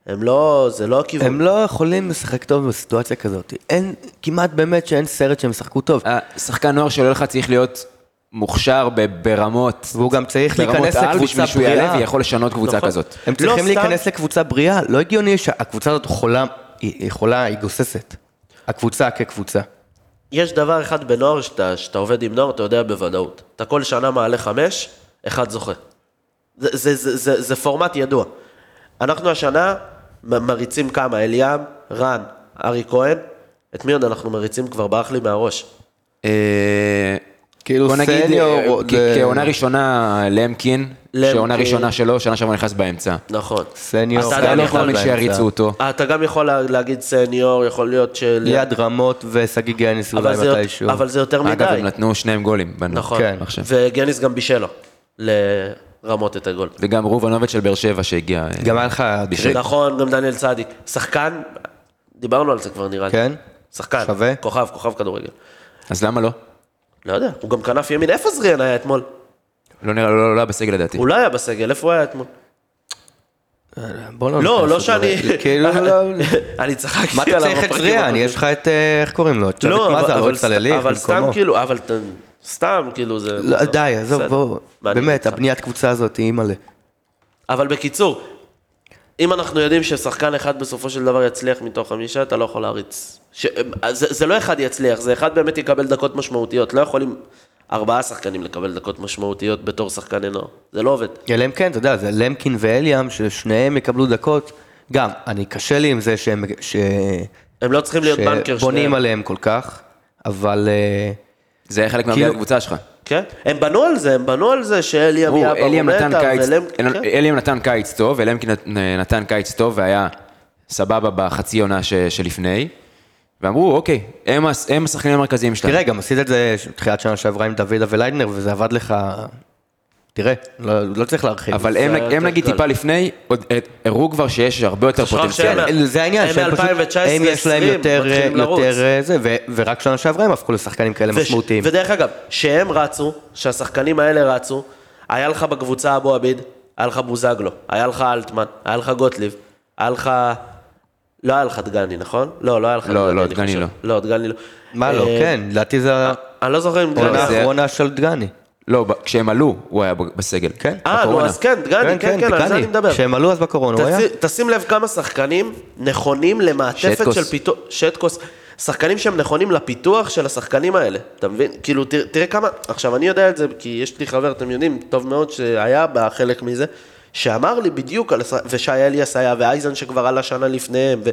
הם לא, זה לא הכיוון. הם לא יכולים לשחק טוב בסיטואציה כזאת. אין, כמעט באמת שאין סרט שהם שחקו טוב. השחקן נוער שעולה לך צריך להיות מוכשר ב- ברמות. והוא גם צריך ברמות להיכנס העל לקבוצה בשביל שהוא יעלה בריאה. ויכול לשנות קבוצה נכון. כזאת. הם לא צריכים סתם- להיכנס לקבוצה בריאה, לא הגיוני שהקבוצה הזאת חולה, היא היא חולה, היא גוססת. הקבוצה כקבוצה. יש דבר אחד בנוער, שאתה, שאתה עובד עם נוער, אתה יודע בוודאות. אתה כל שנה מעלה חמש, אחד זוכה. זה, זה, זה, זה, זה פורמט ידוע. אנחנו השנה מ- מריצים כמה? אליאם, רן, ארי כהן. את מי עוד אנחנו מריצים? כבר ברח לי מהראש. אה, כאילו בוא נגיד, סניור, אה, עוד, כ- אה, כעונה ראשונה למקין, למקין. שעונה ראשונה שלו, שנה שעברה נכנס באמצע. נכון. סניור, אז אתה אתה גם לא יכול אה, יכול באמצע. שיריצו אותו. אתה גם יכול לה- להגיד סניור, יכול להיות של... ליד רמות ושגיא גניס אבל אולי זה יותר- מתישהו. אבל זה יותר אגב, מדי. הם נתנו שניהם גולים. בנו. נכון. כן. עכשיו. וגניס גם בישל לו לרמות את הגול. וגם רובנוביץ' של באר שבע שהגיע. אה, גם היה לך... בשביל- לא, נכון, גם דניאל צדיק. שחקן, דיברנו על זה כבר נראה לי. כן? שחקן. שווה? כוכב, כוכב כדורגל. אז למה לא? לא יודע, הוא גם כנף ימין. איפה זריאן היה אתמול? לא נראה, לא לא היה בסגל לדעתי. הוא לא היה בסגל, איפה הוא היה אתמול? בוא לא, ניכנס לא לדברים. שאני... כאילו, לא- אני צחקתי מה אתה עליו צריך את בפרקים זריאן? הקודמים. יש לך את... אה, איך קוראים לו? את שבט לא, מזל, אבל- אוהד אבל סלליך סת- אבל סתם במקומו. כאילו, אבל ת- סתם כאילו זה... לא, די, עזוב, בסדר. בואו. מה אני אגיד באמת, לך? הבניית קבוצה הזאת היא אימא'לה. אבל בקיצור, אם אנחנו יודעים ששחקן אחד בסופו של דבר יצליח מתוך חמישה, אתה לא יכול להריץ. ש... אז זה, זה לא אחד יצליח, זה אחד באמת יקבל דקות משמעותיות. לא יכולים ארבעה שחקנים לקבל דקות משמעותיות בתור שחקן נוער. זה לא עובד. אלא אם כן, אתה יודע, זה למקין ואליאם, ששניהם יקבלו דקות. גם, אני קשה לי עם זה שהם... ש- הם לא צריכים להיות בנקר שבונים עליהם כל כך, אבל... אה, זה היה חלק כאילו- מהבניית הקבוצה שלך. כן? הם בנו על זה, הם בנו על זה שאליאם ברור, יהיה אליאם נתן ברומטה קיץ- ולם... אל- כן. אליאם נתן קיץ טוב, ולמקין נת- נתן קיץ טוב והיה סבבה בחצי עונה ש- שלפני. ואמרו, אוקיי, הם הס- הם השחקנים המרכזיים כן. שלהם. תראה, גם עשית את זה תחילת שנה שעברה עם דוידה וליידנר, וזה עבד לך... תראה, לא לא צריך להרחיב. אבל זה הם, היה הם יותר נגיד קל. טיפה לפני, עוד אה, הראו כבר שיש הרבה יותר תשכח פוטנציאל. שהם- זה העניין, הם שהם פשוט, מ-2019, הם יש להם 20, יותר, מתחילים לרוץ. יותר אה, זה, ו- ורק שנה שעברה הם הפכו לשחקנים כאלה וש- משמעותיים. ודרך אגב, שהם רצו, שהשחקנים האלה רצו, היה לך בקבוצה אבו עביד, היה לך בוזגלו, היה לך אלטמן, היה לך גוטליב, היה לך... לא היה לך דגני, נכון? לא, לא היה לך לא, לא, אני דגני חושב. לא. לא, דגני לא. מה לא, אה, כן, לדעתי זה אני לא זוכר אם דגני... העונה זה- האחרונה של דגני. לא, ב- כשהם עלו, הוא היה ב- בסגל. כן. אה, נו, בקורונה. אז כן, דגני, כן, כן, על זה אני מדבר. כשהם עלו אז בקורונה, נכון, הוא היה. תשים- תשים לב כמה שחקנים נכונים למעטפת שטקוס. של פיתוח, שטקוס, שחקנים שהם נכונים לפיתוח של השחקנים האלה, אתה מבין? כאילו, תראה, תראה כמה, עכשיו אני יודע את זה, כי יש לי חבר, אתם יודעים, טוב מאוד שהיה בה חלק מזה, שאמר לי בדיוק על, הש- ושי אליאס היה, ואייזן שכבר עלה שנה לפניהם, ו...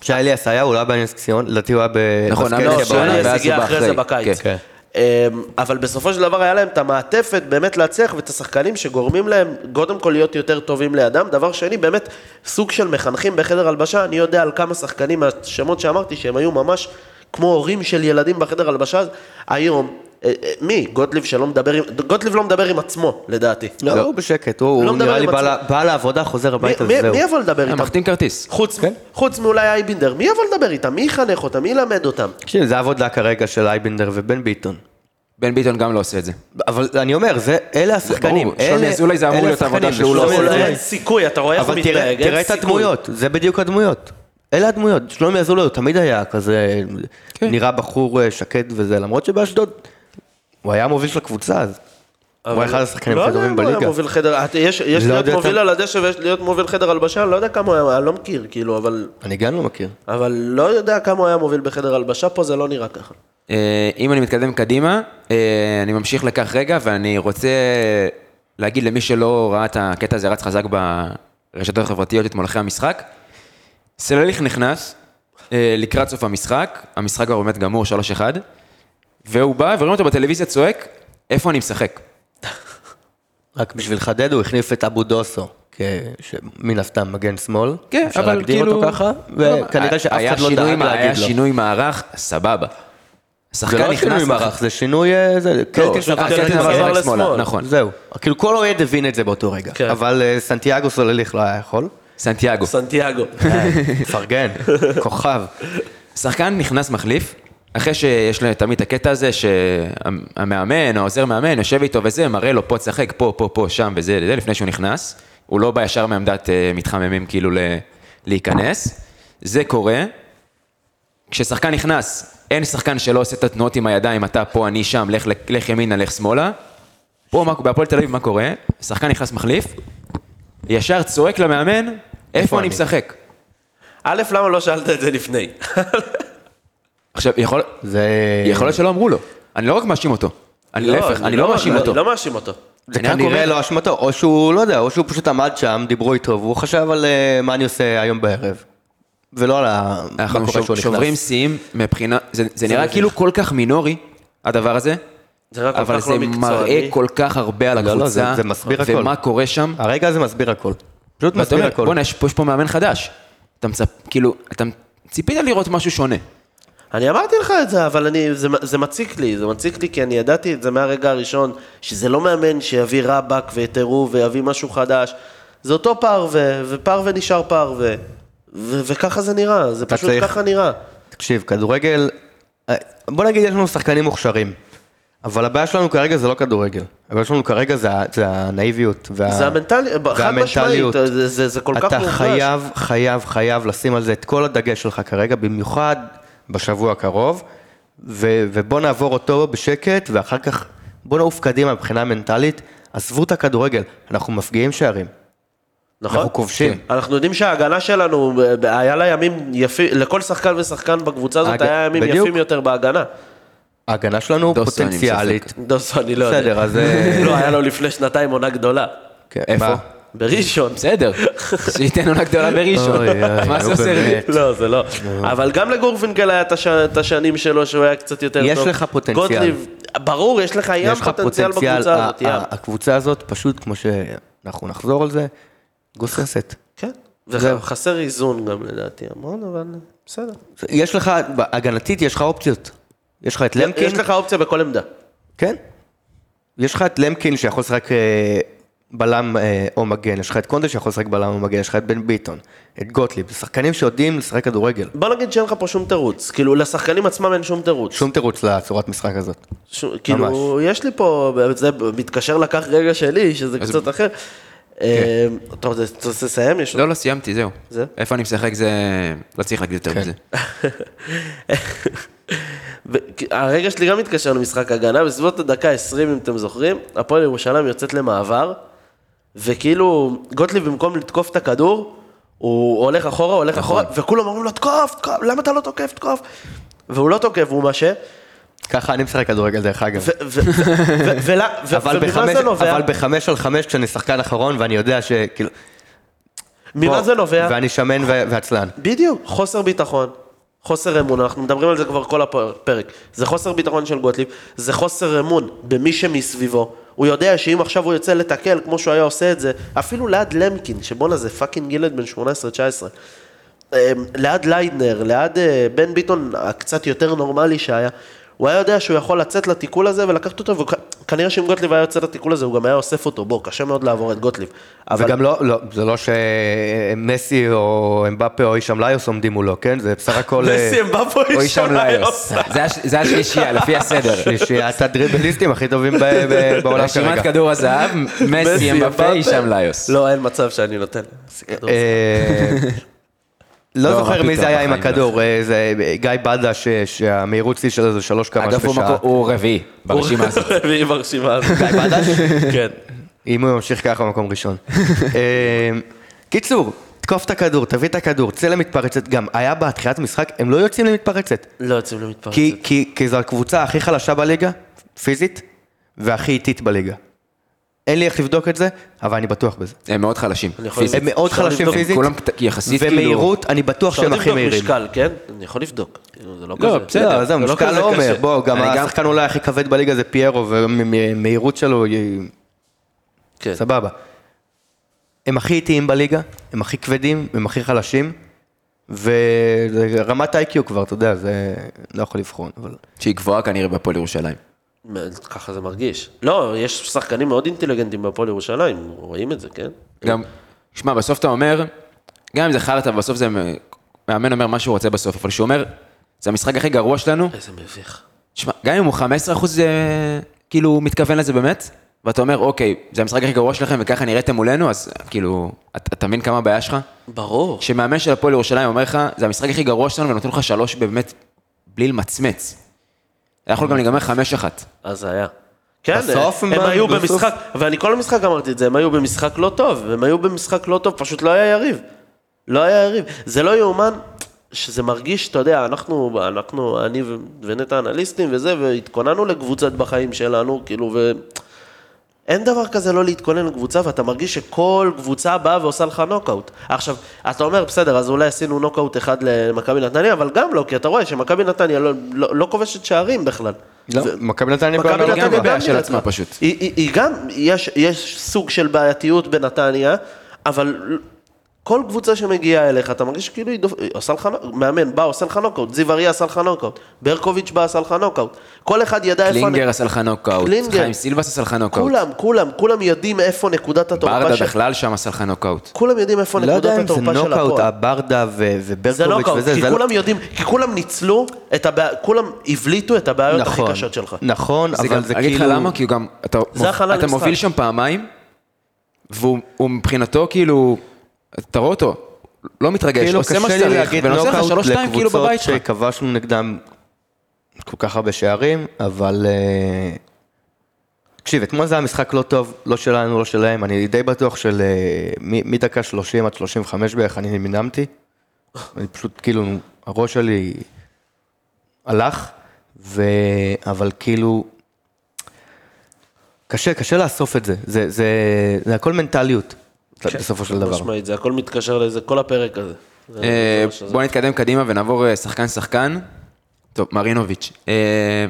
כשאליאס היה, הוא לא היה בנס ציון, לדעתי הוא היה ב... נכון, בסקטיה היה לא, בנס שי ציון, בעונה. ואז אליאס הוא הגיע בא אחרי אחרי. זה בקיץ. כן. אמ, אבל בסופו של דבר היה להם את המעטפת באמת להצליח ואת השחקנים שגורמים להם קודם כל להיות יותר טובים לידם. דבר שני, באמת סוג של מחנכים בחדר הלבשה, אני יודע על כמה שחקנים מהשמות שאמרתי שהם היו ממש כמו הורים של ילדים בחדר הלבשה, היום, אה, אה, מי? גוטליב שלא מדבר עם, גוטליב לא מדבר עם עצמו לדעתי. לא, הוא בשקט, הוא לא הוא מדבר נראה עם לי בא עצמו. ל- בא לעבודה, חוזר מי- הביתה, מי- זהו. מי יבוא לדבר אה, איתם? מחתים כרטיס. חוץ- כן. חוץ מאולי אייבינדר, מי יבוא לדבר איתם? מי יחנך אותם? מי ילמד אותם? תקשיב, זה עבודה כרגע של אייבנדר ובן ביטון. בן ביטון גם לא עושה את זה. אבל אני אומר, זה, אלה השחקנים. ברור, שלומי אלה- אזולאי זה אמור אלה להיות השחקנים, העבודה שהוא לא ושלומי עושה. אזולאי- אין סיכוי, אתה רואה איך הוא אבל תראה- מתנהג, תראה אין את סיכוי. הדמויות, זה בדיוק הדמויות. אלה הדמויות. שלומי אזולאי הוא תמיד היה כזה, כן. נראה בחור אה, שקט וזה, למרות שבאשדוד הוא היה המוביל של הקבוצה אז. הוא היה אחד השחקנים הכי טובים לא יודע אם הוא בליגה. היה מוביל חדר, את- יש יש לא להיות יודע מוביל כמה- על הדשא ויש להיות מוביל חדר הלבשה, אני לא יודע כמה הוא היה, אני לא מכיר, כאילו, אבל... אני גם לא מכיר. אבל לא יודע כמה הוא היה מוביל בחדר הלבשה, פה זה לא נראה ככה. אה, אם אני מתקדם קדימה, אה, אני ממשיך לכך רגע, ואני רוצה להגיד למי שלא ראה את הקטע הזה, רץ חזק ברשתות החברתיות אתמול אחרי המשחק. סלליך נכנס אה, לקראת סוף המשחק, המשחק כבר באמת גמור, 3-1, והוא בא ורואים אותו בטלוויזיה צועק, איפה אני משחק? רק בשביל לחדד, הוא החליף את אבו דוסו, כ- שמן הסתם מגן שמאל. כן, אפשר אבל להגדיר כאילו... אותו ככה, לא, וכנראה שאף היה אחד לא שינוי דאג מה- היה להגיד לו. שינוי מערך, סבבה. זה שחקן לא שינוי נכנס... מערך, זה שינוי... אה, זה- קלטינס אה, עבר קלטינס קלטינס עבר עבר לשמאל. לשמאלה, נכון. זהו. כאילו כל אוהד הבין את זה באותו רגע. כן. אבל אה, סנטיאגו סולליך לא היה יכול. סנטיאגו. סנטיאגו. כן. תפרגן, כוכב. שחקן נכנס מחליף, אחרי שיש לו תמיד את הקטע הזה שהמאמן, העוזר מאמן, יושב איתו וזה, מראה לו פה תשחק, פה, פה, פה, שם וזה, זה, לפני שהוא נכנס. הוא לא בא ישר מעמדת אה, מתחממים כאילו ל- להיכנס. זה קורה. כששחקן נכנס, אין שחקן שלא עושה את התנועות עם הידיים, אתה פה, אני שם, לך, לך, לך ימינה, לך שמאלה. פה מה- בהפועל תל אביב מה קורה? שחקן נכנס מחליף, ישר צועק למאמן, איפה אני אני?" משחק? א', למה לא שאלת את זה לפני? עכשיו, יכול, זה... יכול להיות שלא אמרו לו. אני לא רק מאשים אותו. אני להפך, אני לא מאשים אותו. לא מאשים אותו. זה אני רק כנראה אומר- לא אשמתו, או שהוא, לא יודע, או שהוא פשוט עמד שם, דיברו איתו, והוא חשב על אה, מה אני עושה היום בערב. ולא על ה- מה אנחנו קורה שוב- כשהוא שוברים נכנס. לא שיאים מבחינה, זה- זה נראה מביך. כאילו כל כך מינורי, הדבר הזה, זה רק כל אבל כך לא זה מקצועני. מראה כל כך הרבה על לא, הקבוצה. לא, זה- זה מסביר הכל. ומה קורה שם. הרגע הזה מסביר הכל. פשוט ואתה מסביר אומר, הכל. בוא'נה, יש פה יש פה מאמן חדש. אתה מצפ... כאילו, אתה ציפית לראות משהו שונה. אני אמרתי לך את זה, אבל אני, זה, זה מציק לי, זה מציק לי כי אני ידעתי את זה מהרגע הראשון, שזה לא מאמן שיביא רבאק ויתרו ויביא משהו חדש. זה אותו פרווה, ופרווה נשאר פרווה. ו- וככה זה נראה, זה אתה פשוט צריך- ככה נראה. תקשיב, כדורגל, אה, בוא נגיד יש לנו שחקנים מוכשרים, אבל הבעיה שלנו כרגע זה לא כדורגל, הבעיה שלנו כרגע זה, ה- זה הנאיביות. וה... זה המנטליות, חד משמעית, והמנטליות. זה, זה, זה כל כך אתה מורגש. חייב, חייב, חייב לשים על זה את כל הדגש שלך כרגע, במיוחד בשבוע הקרוב, ו- ובוא נעבור אותו בשקט, ואחר כך בוא נעוף קדימה מבחינה מנטלית. עזבו את הכדורגל, אנחנו מפגיעים שערים. נכון? אנחנו כובשים. אנחנו יודעים שההגנה שלנו, ב- היה לה ימים יפים, לכל שחקן ושחקן בקבוצה הזאת הג- היה ימים בדיוק. יפים יותר בהגנה. ההגנה שלנו דוסו, אני פוטנציאלית. בספק. דוסו, אני לא יודע. בסדר, אז, אה, לא, היה לו לפני שנתיים עונה גדולה. כן, איפה? מה? בראשון. בסדר, שייתן עונה גדולה בראשון. אוי, אוי, מה זה נו, עושה לי? באמת. לא, זה לא. אבל גם לגורפינקל היה את הש- את השנים שלו, שהוא היה קצת יותר יש טוב. לך פוטנציאל. גוטליב, ברור, יש לך ים יש לך פוטנציאל פוטנציאל, לא אה, בקבוצה ה- הזאת, ה- ים. הקבוצה הזאת פשוט, כמו שאנחנו נחזור על זה, גוססת. כן. זהו. וחסר איזון גם לדעתי המון, אבל בסדר. יש לך, הגנתית יש לך אופציות. יש לך את למקין. יש לך אופציה בכל עמדה. כן. יש לך את למקין שיכול לשחק אה, בלם אה, או מגן, יש לך את קונדה שיכול לשחק בלם או מגן, יש לך את בן ביטון, את גוטליב, זה שחקנים שיודעים לשחק כדורגל. בוא נגיד שאין לך פה שום תירוץ. כאילו, לשחקנים עצמם אין שום תירוץ. שום תירוץ לצורת משחק הזאת. ש... כאילו, יש לי פה, זה מתקשר לקח רגע שלי, שזה קצת אחר. כן. אה, אתה רוצה אתה רוצה לסיים? יש לא, לא, סיימתי, זהו. זהו? איפה אני משחק זה... לא צריך להגיד כן. יותר מזה. ו- כי הרגע שלי גם התקשר למשחק הגנה, בסביבות הדקה ה-20, אם אתם זוכרים, הפועל ירושלים יוצאת למעבר, וכאילו, גוטליב במקום לתקוף את הכדור, הוא הולך אחורה, הולך נכון. אחורה, וכולם אומרים לו, תקוף, תקוף, למה אתה לא תוקף, תקוף? והוא לא תוקף, הוא משה, ככה אני משחק כדורגל דרך אגב. ו- ו- ו- ו- ולה- ו- אבל וממה בחמש, זה נובע? אבל בחמש על חמש כשאני שחקן אחרון ואני יודע שכאילו... ממה בוא, זה נובע? ואני שמן ו- ועצלן. בדיוק, חוסר ביטחון, חוסר אמון, אנחנו מדברים על זה כבר כל הפרק. זה חוסר ביטחון של גוטליב, זה חוסר אמון במי שמסביבו. הוא יודע שאם עכשיו הוא יוצא לתקל כמו שהוא היה עושה את זה, אפילו ליד למקין, שבואנה זה פאקינג ילד בן 18-19. אמ, ליד ליידנר, ליד אה, בן ביטון הקצת יותר נורמלי שהיה, הוא היה יודע שהוא יכול לצאת לתיקול הזה ולקחת אותו, וכנראה שאם גוטליב היה יוצא לתיקול הזה, הוא גם היה אוסף אותו, בוא, קשה מאוד לעבור את גוטליב. אבל וגם לא, לא, זה לא שמסי או אמבפה או אישם ליוס עומדים מולו, כן? זה בסך הכל... אה, מסי, אמבפה, הוא לא אוי שם אישון ליוס. זה הש- זה השלישייה, לפי הסדר. שלישיית הדריבליסטים הכי טובים ב- ב- בעולם רשימת כרגע. כדור הזהב, מסי, אמבפה, אמבפה. הישאם ליוס. לא, אין מצב שאני נותן. כדור. אה, לא, לא מה זוכר מי פתאום, זה היה עם בחיים לא. הכדור, אה, זה גיא בדה ש- שהמהירות שיא שלו זה שלוש קמ"ש אגב, הוא בשעה. מקום- הוא רביעי ברשימה הזאת. רביעי ברשימה הזאת. בדש? כן. אם הוא ימשיך ככה במקום ראשון. אה, קיצור, תקוף את הכדור, תביא את הכדור, צא למתפרצת. גם היה בתחילת המשחק, הם לא יוצאים למתפרצת. לא יוצאים למתפרצת. כי, כי, כי זו הקבוצה הכי חלשה בליגה, פיזית, והכי איטית בליגה. אין לי איך לבדוק את זה, אבל אני בטוח בזה. הם מאוד חלשים, אני יכול פיזית. הם מאוד אפשר חלשים לבדוק. פיזית, כולם קט- יחסית כאילו- ומהירות, אני בטוח אפשר שהם הכי לבדוק מהירים. משקל, כן? אני יכול לבדוק. כאילו, זה לא לא, כזה. בסדר. לא, זה זהו, משקל כזה לא אומר, קשה. בוא, גם אני גם- השחקן אולי הכי כבד בליגה זה פיירו, ומהירות שלו היא כן. סבבה. הם הכי איטיים בליגה, הם הכי כבדים, הם הכי חלשים, ורמת איי-קיו כבר, אתה יודע, זה לא יכול לבחון, אבל... שהיא גבוהה כנראה בהפועל ירושלים. מה, ככה זה מרגיש. לא, יש שחקנים מאוד אינטליגנטים בהפועל ירושלים, רואים את זה, כן? גם, שמע, בסוף אתה אומר, גם אם זה חרטא, בסוף זה, מאמן אומר מה שהוא רוצה בסוף, אבל שהוא אומר, זה המשחק הכי גרוע שלנו, איזה מביך. שמע, גם אם הוא 15 אחוז, כאילו, מתכוון לזה באמת, ואתה אומר, אוקיי, זה המשחק הכי גרוע שלכם וככה נראיתם מולנו, אז כאילו, אתה אתה מבין כמה הבעיה שלך? ברור. כשמאמן של הפועל ירושלים אומר לך, זה המשחק הכי גרוע שלנו ונותן לך שלוש באמת, בלי למצמץ. היה יכול גם להיגמר חמש אחת. אז זה היה. כן, בסוף הם הם- היו בסוף- במשחק, ואני כל המשחק אמרתי את זה, הם היו במשחק לא טוב, הם היו במשחק לא טוב, פשוט לא היה יריב. לא היה יריב. זה לא יאומן שזה מרגיש, אתה יודע, אנחנו, אנחנו אני ו- ונטע אנליסטים וזה, והתכוננו לקבוצת בחיים שלנו, כאילו, ו... אין דבר כזה לא להתכונן לקבוצה, ואתה מרגיש שכל קבוצה באה ועושה לך נוקאוט. עכשיו, אתה אומר, בסדר, אז אולי עשינו נוקאוט אחד למכבי נתניה, אבל גם לא, כי אתה רואה שמכבי נתניה לא, לא, לא כובשת שערים בכלל. לא, ו- מכבי נתניה מכבי בעונה נתניה גם טובה. בעיה של נראית עצמה לה. פשוט. היא- היא היא גם, יש- יש סוג של בעייתיות בנתניה, אבל כל קבוצה שמגיעה אליך, אתה מרגיש כאילו היא דופ- היא עושה לך, נוק- מאמן בא, עושה לך נוקאוט, זיו אריה עשה לך נוקאוט, ברקוביץ' בא, עשה לך נוקאוט, כל אחד ידע איפה... קלינגר עשה לך נוקאוט, קלינגר. חיים סילבס עשה לך נוקאוט, כולם, כולם, כולם יודעים איפה נקודת התורפה ברדה של... בכלל שם עשה לך נוקאוט. כולם יודעים איפה לא נקודת יודע אם זה התורפה של נוקאוט, הפועל. הברדה ו- זה וברקוביץ' נוקאוט, וזה, כי זה לא... כולם יודעים, כי כולם ניצלו את הבעיה, כולם הבליטו את הבעיות הכי נכון, קשות שלך. נכון, זה גם, אבל זה אגיד לך כאילו... למה? כי הוא גם, אתה, זה הכנה אתה למשחק. מוביל שם פעמיים, והוא הוא מבחינתו כאילו, אתה רואה אותו, לא מתרגש, כאילו עושה מה קשה לי שצריך, להגיד ונותן לך נוקאוט 3-2 כאילו לקבוצות בבית שלך. שכבשנו נגדם כל כך הרבה שערים, אבל... אה, תקשיב, אתמול זה היה משחק לא טוב, לא שלנו, לא שלהם, אני די בטוח של... אה, מ- מדקה 30 עד 35 בערך אני נמנמתי. אני פשוט כאילו, הראש שלי הלך, ו... אבל כאילו... קשה, קשה לאסוף את זה, זה, זה, זה הכל מנטליות, בסופו של דבר. משמעית, זה הכל מתקשר לזה, כל הפרק הזה. זה- אה, זה מה שזה. בואו נתקדם קדימה ונעבור אה, שחקן-שחקן. טוב, מרינוביץ'. אה,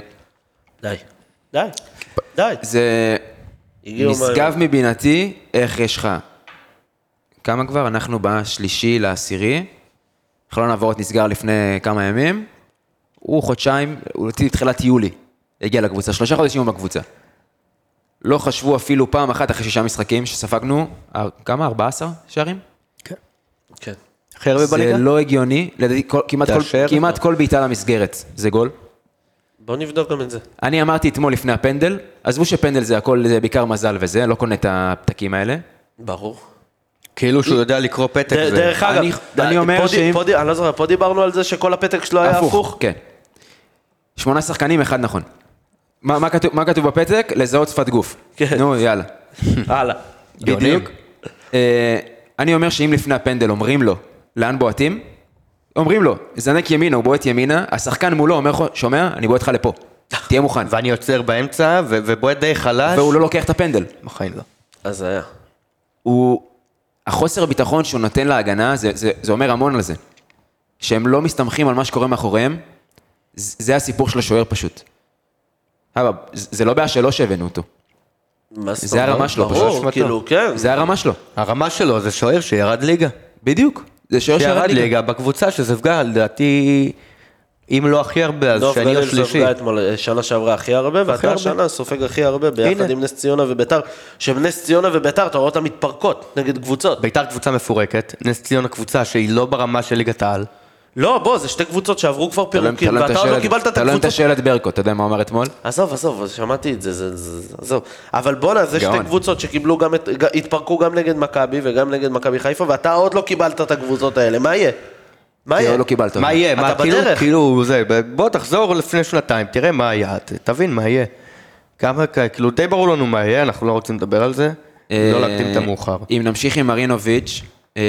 די. די. די. זה הגיעו נשגב מהר. מבינתי, איך יש לך? כמה כבר? אנחנו בשלישי לעשירי. חלון העברות נסגר לפני כמה ימים. הוא חודשיים, הוא הוציא תחילת יולי. הגיע לקבוצה, שלושה חודשים הוא בקבוצה. לא חשבו אפילו פעם אחת אחרי שישה משחקים שספגנו, אה, כמה? 14 שערים? כן. הכי הרבה זה בליגה? לא הגיוני, לדעתי כל- כמעט כל- תאשר. כמעט כל בעיטה למסגרת זה גול. בואו נבדוק גם את זה. אני אמרתי אתמול לפני הפנדל, עזבו שפנדל זה הכל, זה בעיקר מזל וזה, לא קונה את הפתקים האלה. ברור. כאילו שהוא יודע לקרוא פתק. זה- דרך אגב, אני- אה, אני אומר פה- שאם- פה- אני לא זוכר, פה דיברנו על זה שכל הפתק שלו היה הפוך. כן. שמונה שחקנים, אחד נכון. מה, מה, כתוב, מה כתוב בפתק? לזהות שפת גוף. כן. נו, יאללה. הלאה. גאונים. בדיוק. אה, אני אומר שאם לפני הפנדל אומרים לו, לאן בועטים? אומרים לו, זנק ימינה, הוא בועט ימינה, השחקן מולו אומר, לו, שומע, אני בועט לך לפה, תהיה מוכן. ואני עוצר באמצע, ו- ובועט די חלש. והוא לא לוקח את הפנדל. בחיים לא. אז היה. הוא... החוסר ביטחון שהוא נותן להגנה, זה, זה, זה אומר המון על זה. שהם לא מסתמכים על מה שקורה מאחוריהם, זה, זה הסיפור של השוער פשוט. אבא, זה, זה לא בעיה שלא שהבאנו אותו. מה זאת זה אומרת? הרמה שלו, פשוט ברור, אשמתו. כאילו, כן. זה הרמה שלו. הרמה שלו זה שוער שירד ליגה. בדיוק. זה שוער שירד שירד ליגה. ליגה בקבוצה שספגה לדעתי, אם לא הכי הרבה, אז נוף שני או גליל שלישי. ספגה אתמול, אה, שנה שעברה הכי הרבה, הכי ואתה הרבה. השנה סופג הכי הרבה ביחד הנה. עם נס ציונה וביתר, שבנס ציונה וביתר אתה רואה אותם מתפרקות נגד קבוצות. ביתר קבוצה מפורקת, נס ציונה קבוצה שהיא לא ברמה של ליגת העל. לא, בוא, זה שתי קבוצות שעברו כבר פירוקים, ואתה עוד לא קיבלת את אתה לא הקבוצות. מתשאל את ברקו, אתה יודע מה הוא אמר אתמול? לא עזוב, עזוב, שמעתי את זה, זה, זה, זה- עזוב. אבל בואנה, זה שתי גאון. קבוצות שקיבלו גם את, ג- התפרקו גם נגד מכבי וגם נגד מכבי חיפה, ואתה עוד לא קיבלת את הקבוצות האלה, מה יהיה? מה כי יהיה? עוד לא קיבלת. מה יהיה? מה, אתה כאילו, בדרך. כאילו, זה, ב- בוא תחזור לפני שנתיים, תראה מה היה, ת- תבין מה יהיה. כמה, כ- כאילו, די ברור לנו מה יהיה, אנחנו לא רוצים לדבר על זה. לא אה, להקדים את המאוחר. אם נמשיך עם מרינוביץ', אה,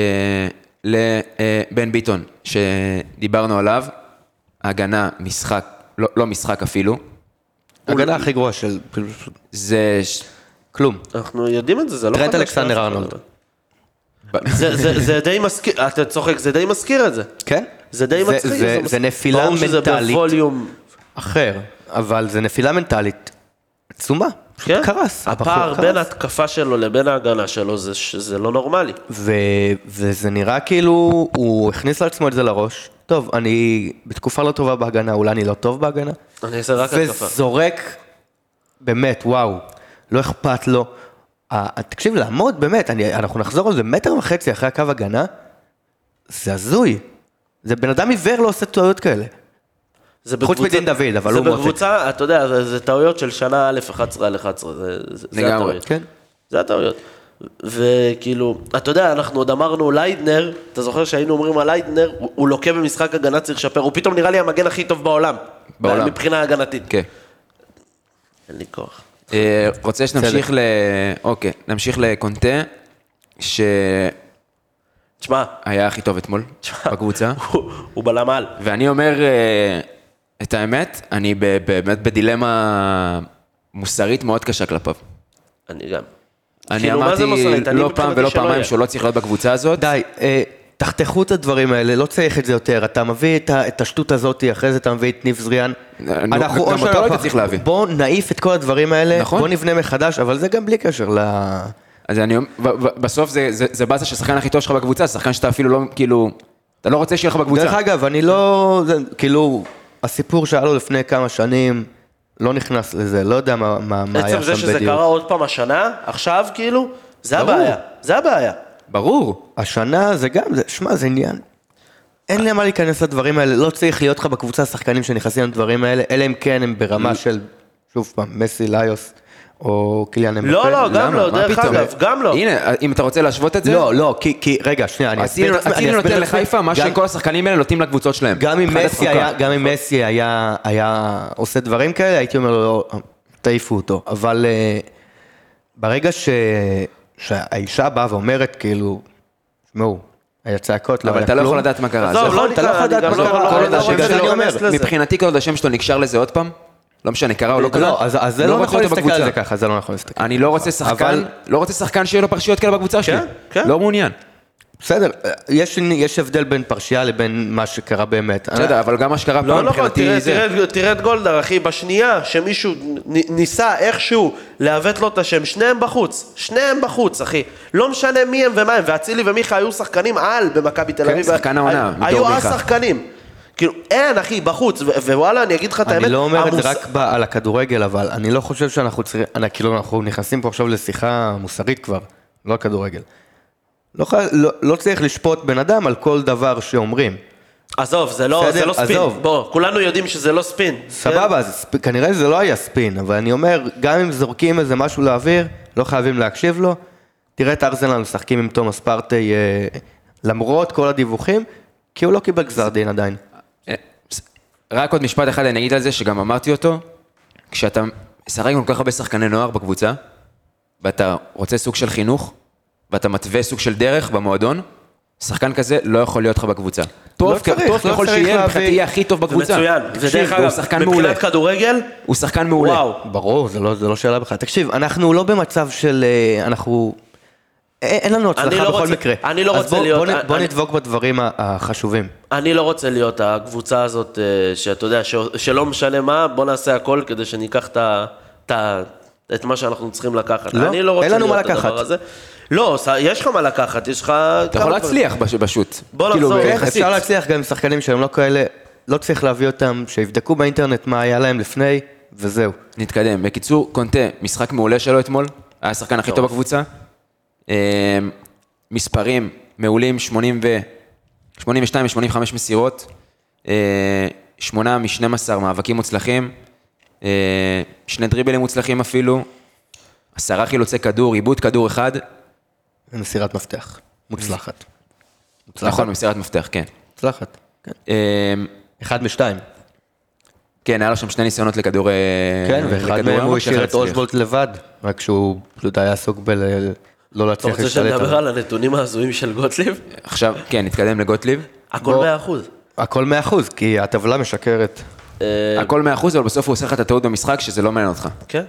לבן ביטון, שדיברנו עליו, הגנה, משחק, לא- לא משחק אפילו, הגנה הכי גרועה של, כאילו, זה... ש- כלום. אנחנו יודעים את זה, זה לא טרנט חדש אלכסנדר לאף אחד, ארנולד. אבל- זה- זה זה די מזכיר, אתה צוחק, זה די מזכיר את זה. כן? זה די מצחיק. זה, מס- זה נפילה ברור שזה מנטלית בווליום, אחר, אבל זה נפילה מנטלית עצומה. פשוט כן? קרס. הפער הבחור בין קרס. ההתקפה שלו לבין ההגנה שלו זה ש- זה לא נורמלי. ו... וזה נראה כאילו הוא הכניס לעצמו את זה לראש. טוב, אני בתקופה לא טובה בהגנה, אולי אני לא טוב בהגנה. אני אעשה רק התקפה. וזורק, באמת, וואו, לא אכפת לו. ה- תקשיב, לעמוד, באמת, אני, אנחנו נחזור על זה מטר וחצי אחרי הקו הגנה, זה הזוי. זה בן אדם עיוור לא עושה טעויות כאלה. זה חוץ בקבוצה- מדין דוד, אבל הוא זה מותק. בקבוצה, אתה יודע, זה- זה טעויות של שנה א', 11 על 11, זה- זה זה לגמרי. הטעויות. כן. זה הטעויות. וכאילו, אתה יודע, אנחנו עוד אמרנו ליידנר, אתה זוכר שהיינו אומרים על ליידנר, הוא הוא לוקה במשחק הגנה, צריך לשפר, הוא פתאום נראה לי המגן הכי טוב בעולם. בעולם. מבחינה הגנתית. כן. אין לי כוח. אה, רוצה שנמשיך ל... אוקיי, נמשיך לקונטה, שהיה תשמע, הכי טוב אתמול בקבוצה. הוא- הוא בלם על. ואני אומר אה, את האמת, אני ב- באמת בדילמה מוסרית מאוד קשה כלפיו. אני גם. אני כאילו, מה זה אמרתי מוסרית? אני לא מבחינתי פעם ולא שלא פעמיים יהיה. שהוא לא צריך להיות בקבוצה הזאת. די, אה, תחתכו את הדברים האלה, לא צריך את זה יותר. אתה מביא את, ה, את השטות הזאת, אחרי זה אתה מביא את ניב זריאן. נו, גם אותו לא היית צריך להביא. בואו נעיף את כל הדברים האלה, נכון. בואו נבנה מחדש, אבל זה גם בלי קשר ל... אז אני אומר, ב- ב- בסוף זה- זה זה באסה שהשחקן הכי טוב שלך בקבוצה, זה שחקן שאתה אפילו לא, כאילו, אתה לא רוצה שיהיה לך בקבוצה. דרך אגב, אני לא... זה, כאילו, הסיפור שהיה לו לפני כמה שנים, לא נכנס לזה, לא יודע מה, מה, מה היה שם עצם בדיוק. זה שזה קרה עוד פעם השנה, עכשיו כאילו, זה ברור. הבעיה, זה הבעיה. ברור. השנה זה גם, זה, שמע, זה עניין. אין למה להיכנס לדברים האלה, לא צריך להיות לך בקבוצה שחקנים שנכנסים לדברים האלה, אלא אם כן הם ברמה של, שוב פעם, מסי ליוס, או קיליאן אמבפה. לא, לא, גם למה? לא, מה דרך פתאום? אגב, גם לא. הנה, אם אתה רוצה להשוות את זה, לא, לא, כי, כי, רגע, שנייה, אני אצילי אסביר את עצמי. אצילי אני אסביר נותן את עצמי. לחיפה מה גם- שכל השחקנים האלה נותנים לקבוצות שלהם. גם אם חד מסי התפוקה. היה, גם אם מסי היה, היה עושה דברים כאלה, הייתי אומר לו, "לא, תעיפו אותו. אבל אה, ברגע ש, שהאישה באה ואומרת, כאילו, שמעו, היה צעקות, לא אבל היה אתה לא יכול כלום." לדעת מה קרה. עזוב, זה- לא נכון, אתה לא ניכר, יכול אני לדעת גם מה לא- קרה. לא- כל לא- עוד לא- השם לא- שאני לא- אומר, לא- מבחינתי כל עוד השם שלו נקשר לזה עוד פעם, לא משנה, קרה או לא קרה. לא, אז אז זה לא רוצה נכון אותו להסתכל על בקבוצה. זה ככה, זה לא נכון להסתכל. אני לא רוצה שחקן, אבל- לא רוצה שחקן שיהיה לו פרשיות כאלה בקבוצה שלי. כן, כן. לא מעוניין. בסדר, יש, יש הבדל בין פרשייה לבין מה שקרה באמת. בסדר, אבל גם מה שקרה פה לא נכון, מבחינתי תראה, זה... תראה, תראה את גולדהר, אחי, בשנייה שמישהו נ- ניסה איכשהו לעוות לו את השם, שניהם בחוץ, שניהם בחוץ, אחי. לא משנה מי הם ומה הם, ואצילי ומיכה היו שחקנים על במכבי תל כן, אביב. שחקן העונה, היו- בתור היו מיכה. אז שחקנים. כאילו, אין, אחי, בחוץ, ו- ווואלה, אני אגיד לך את האמת. אני לא אומר את זה המוס- רק ב- על הכדורגל, אבל אני לא חושב שאנחנו צריכים, אני- כאילו אנחנו נכנסים פה עכשיו לשיחה מוסרית כבר, לא על כדורגל. לא, חי- לא, לא צריך לשפוט בן אדם על כל דבר שאומרים. עזוב, זה לא בסדר, זה לא ספין. עזוב. בוא, כולנו יודעים שזה לא ספין. סבבה, אז ספ- כנראה זה לא היה ספין, אבל אני אומר, גם אם זורקים איזה משהו לאוויר, לא חייבים להקשיב לו. תראה את ארסנל משחקים עם תומאס פרטי, אה, למרות כל הדיווחים, כי הוא לא קיבל גזר דין עדיין. רק עוד משפט אחד אני אגיד על זה, שגם אמרתי אותו, כשאתה משחק עם כל כך הרבה שחקני נוער בקבוצה, ואתה רוצה סוג של חינוך, ואתה מתווה סוג של דרך במועדון, שחקן כזה לא יכול להיות לך בקבוצה. טוב, כ- צריך, טוב לא ככל צריך שיהיה, להביא- מבחינתי יהיה הכי טוב זה בקבוצה. מצוין. תקשיב, ודרך הוא אגב, שחקן מעולה. מבחינת כדורגל, הוא שחקן מעולה. וואו. ברור, זה לא, זה לא שאלה בכלל. תקשיב, אנחנו לא במצב של... אה, אנחנו... א- אין לנו אני הצלחה לא בכל רוצה- מקרה. אני לא אז רוצה בוא, להיות- בוא, נ- אני- בוא אני- נדבוק בדברים ה- החשובים. אני לא רוצה להיות הקבוצה הזאת, אה, שאתה יודע, ש- שלא משנה מה, בוא נעשה הכל כדי שניקח את ה... את ה- את מה שאנחנו צריכים לקחת. לא, אני לא רוצה אין לנו מה להיות הדבר לקחת. הזה. לא, ס- יש לך מה לקחת, יש לך... אתה יכול להצליח בש- בשוט. בוא כאילו, נחזור. כן, יחסית. אפשר להצליח גם עם שחקנים שהם לא כאלה, לא צריך להביא אותם, שיבדקו באינטרנט מה היה להם לפני, וזהו. נתקדם. בקיצור, קונטה, משחק מעולה שלו אתמול, היה השחקן הכי טוב בקבוצה. אמ, מספרים מעולים, 80 ו... 82 ו-85 מסירות, אה, 8 מ-12 מאבקים מוצלחים, אה, שני דריבלים מוצלחים אפילו, עשרה חילוצי כדור, עיבוד כדור אחד, מסירת מפתח. מוצלחת. נכון, מסירת מפתח, כן. מוצלחת. כן. אמ, אחד משתיים. כן, היה לו שם שני ניסיונות לכדור... אה, כן, ואחד לכדור מהם הוא עמוק, שאחד השאיר את הצליח. אושבולט לבד, רק שהוא פשוט היה עסוק בלא לא אתה להצליח רוצה שנדבר על הנתונים ההזויים של גוטליב? עכשיו, כן, נתקדם לגוטליב. הכל בוא. 100%. הכל מאה אחוז, כי הטבלה משקרת. אה, הכל 100%, אבל בסוף הוא עושה לך את הטעות במשחק, שזה לא מעניין אותך. כן.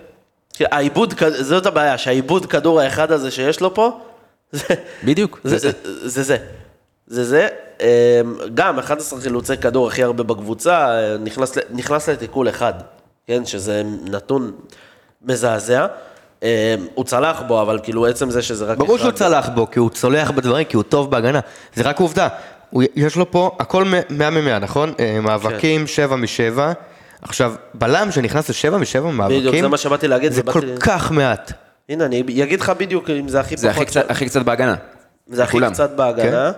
כי העיבוד, כ- זאת הבעיה, שהעיבוד כדור האחד הזה שיש לו פה, זה- בדיוק. זה זה. זה זה. זה זה. אמ, גם 11 חילוצי כדור הכי הרבה בקבוצה, אה, נכנס, ל- נכנס לתיקול אחד, כן, שזה נתון מזעזע. אמ, הוא צלח בו, אבל כאילו עצם זה שזה רק... ברור אחד- שהוא צלח בו, כי הוא צולח בדברים, כי הוא טוב בהגנה. זה רק עובדה. הוא, יש לו פה הכל מ- 100 מ-100, נכון? אה, כן. מאבקים 7 מ-7. עכשיו, בלם שנכנס ל-7 מ-7 מאבקים, בדיוק, זה מה שבאתי להגיד, זה ובאתי- כל כך מעט. הנה, אני אגיד לך בדיוק אם זה הכי זה הכי פחות... קצת- כן. הכי קצת בהגנה. זה הכי כולם. קצת בהגנה.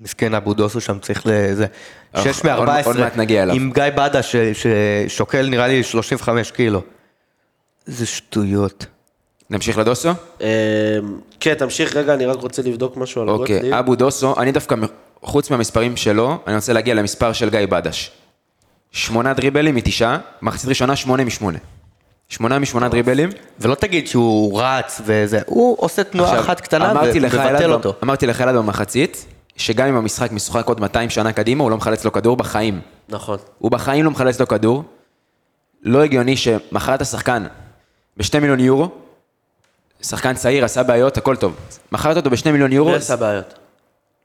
מסכן אבו דוסו שם צריך לזה. אך, 6 אה, עוד- מ-14. עוד מעט נגיע אליו. עם גיא בדה ש- ששוקל נראה לי 35 קילו. זה שטויות. נמשיך לדוסו? אמ, כן, תמשיך רגע, אני רק רוצה לבדוק משהו על גוטליב. אוקיי, אבו דוסו, אני דווקא, מ- חוץ מהמספרים שלו, אני רוצה להגיע למספר של גיא בדש. שמונה דריבלים מתשעה, מחצית ראשונה שמונה משמונה. שמונה לא, משמונה דריבלים. ולא תגיד שהוא רץ וזה, הוא עושה תנועה עכשיו, אחת קטנה אמרתי לך, אלעד, ומבטל ב- אותו. אמרתי לך אלעד במחצית, שגם אם המשחק משוחק עוד 200 שנה קדימה, הוא לא מחלץ לו כדור בחיים. נכון. הוא בחיים לא מחלץ לו כדור. לא הגיוני שמכרת השחקן בשתי מיליון יורו, שחקן צעיר, עשה בעיות, הכל טוב. מכרת אותו בשני מיליון יורו, מי עשה בעיות?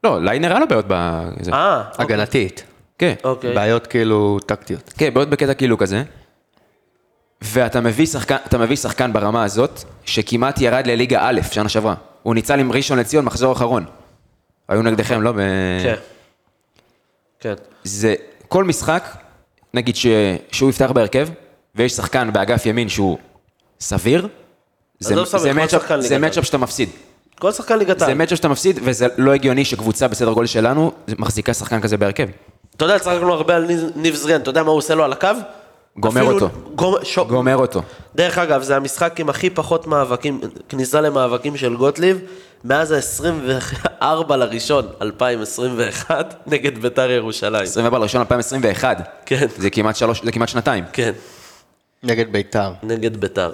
לא, ליינר היה לו בעיות בזה. אה, הגנתית. כן. אוקיי. בעיות כאילו טקטיות. כן, בעיות בקטע כאילו כזה. ואתה מביא שחקן, אתה מביא שחקן ברמה הזאת, שכמעט ירד לליגה א' שנה שעברה. הוא ניצל עם ראשון לציון מחזור אחרון. היו נגדכם, לא? ב... כן. כן. זה כל משחק, נגיד ש... שהוא יפתח בהרכב, ויש שחקן באגף ימין שהוא סביר, זה, עזוב סביר, זה, כל מצ'אפ, שחקן זה ליגת מצ'אפ שאתה מפסיד. כל שחקן ליגת זה העל. מצ'אפ שאתה מפסיד, וזה לא הגיוני שקבוצה בסדר גודל שלנו מחזיקה שחקן כזה בהרכב. אתה יודע, צחקנו הרבה על ניב- ניב זריאן, אתה יודע מה הוא עושה לו על הקו? גומר אפילו- אותו. גומ- שו- גומר אותו. דרך אגב, זה המשחק עם הכי פחות מאבקים, כניסה למאבקים של גוטליב, מאז ה-24 לראשון 2021, נגד ביתר ירושלים. 24 לראשון 2021. כן. זה כמעט שלוש, זה כמעט שנתיים. כן, נגד ביתר. נגד ביתר.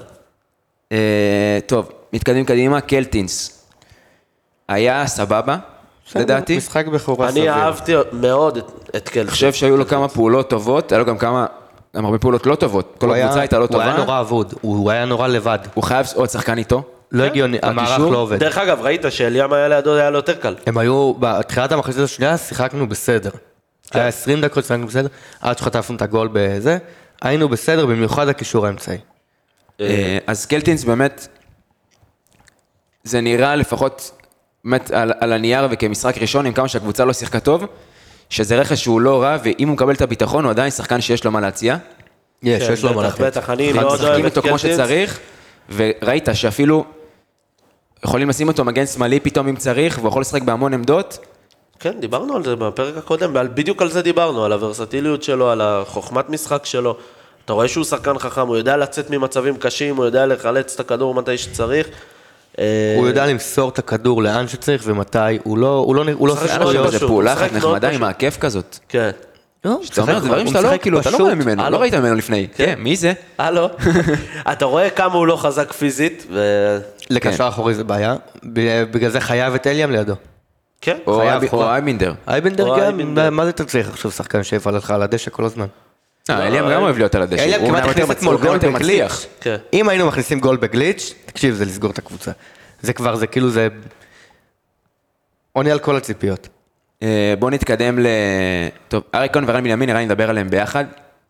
אה, טוב, מתקדמים קדימה, קלטינס. היה סבבה, כן, לדעתי. משחק בכורה סביר. אני אהבתי מאוד את- את אני קלט. חושב שהיו לו כמה פעולות טובות, היה לו גם כמה, גם הרבה פעולות לא טובות. כל הוא הקבוצה היה- הייתה לא הוא היה טובה. נורא אבוד, הוא היה נורא לבד. הוא חייב עוד שחקן איתו. לא הגיוני, המערך בקישור? לא עובד. דרך אגב, ראית שאליאם היה לידו, היה לו יותר קל. כן, הם היו, בתחילת המחצית השנייה שיחקנו בסדר. היה 20 דקות שיחקנו בסדר, עד שחטפנו את הגול בזה, היינו בסדר, במיוחד הקישור האמצעי. אה, אז קלטינס באמת, זה נראה לפחות, באמת על, על הנייר וכמשחק ראשון, עם כמה שהקבוצה לא שיחקה טוב, שזה רכש שהוא לא רע, ואם הוא מקבל את הביטחון, הוא עדיין שחקן שיש לו מה להציע. יש, יש לו מה כן, בטח, לתת. בטח, אני הם מאוד אוהב משחקים את אותו כמו קלטינס. שצריך, וראית שאפילו יכולים לשים אותו מגן שמאלי פתאום אם צריך, והוא יכול לשחק בהמון עמדות. כן, דיברנו על זה בפרק הקודם, ועל- בדיוק על זה דיברנו, על הוורסטיליות שלו, על החוכמת משחק שלו. אתה רואה שהוא שחקן חכם, הוא יודע לצאת ממצבים קשים, הוא יודע לחלץ את הכדור מתי שצריך. אה, הוא יודע למסור את הכדור לאן שצריך ומתי, הוא לא, הוא לא, נ- הוא לא משחק שחקן מאוד יש לו להיות- פשוט. איזה פעולה משחק אחת מאוד נחמדה עם פשוט. העקב כזאת. כן. לא, הוא אתה אומר משחק- דברים הוא שאתה לא, משחק כאילו, אתה לא פשוט. רואה ממנו, לא הלו. ראית ממנו לפני. כן, מי זה? הלו? אתה רואה כמה הוא לא חזק פיזית, ו... כן. לקשר אחורי זה בעיה, ב- בגלל זה חייב את אליאם לידו. כן. או חייב אייב- או חובה. אייבינדר. אייבנדר או גם, אייבנדר. מה- מה זה אתה צריך עכשיו שחקן שיפעל לך על הדשא כל הזמן? לא, אה, אליאם גם אוהב להיות על הדשא. אליאם הוא כמעט אומנם הכניס יותר מצ- אתמול הוא גם גול יותר מצליח. בגליץ'. כן. אם היינו מכניסים גול בגליץ', תקשיב, זה לסגור את הקבוצה. זה כבר, זה כאילו, זה... עונה על כל הציפיות. אה, בואו נתקדם ל... טוב, אריק כהן ורן בנימין, נראה לי נדבר עליהם ביחד.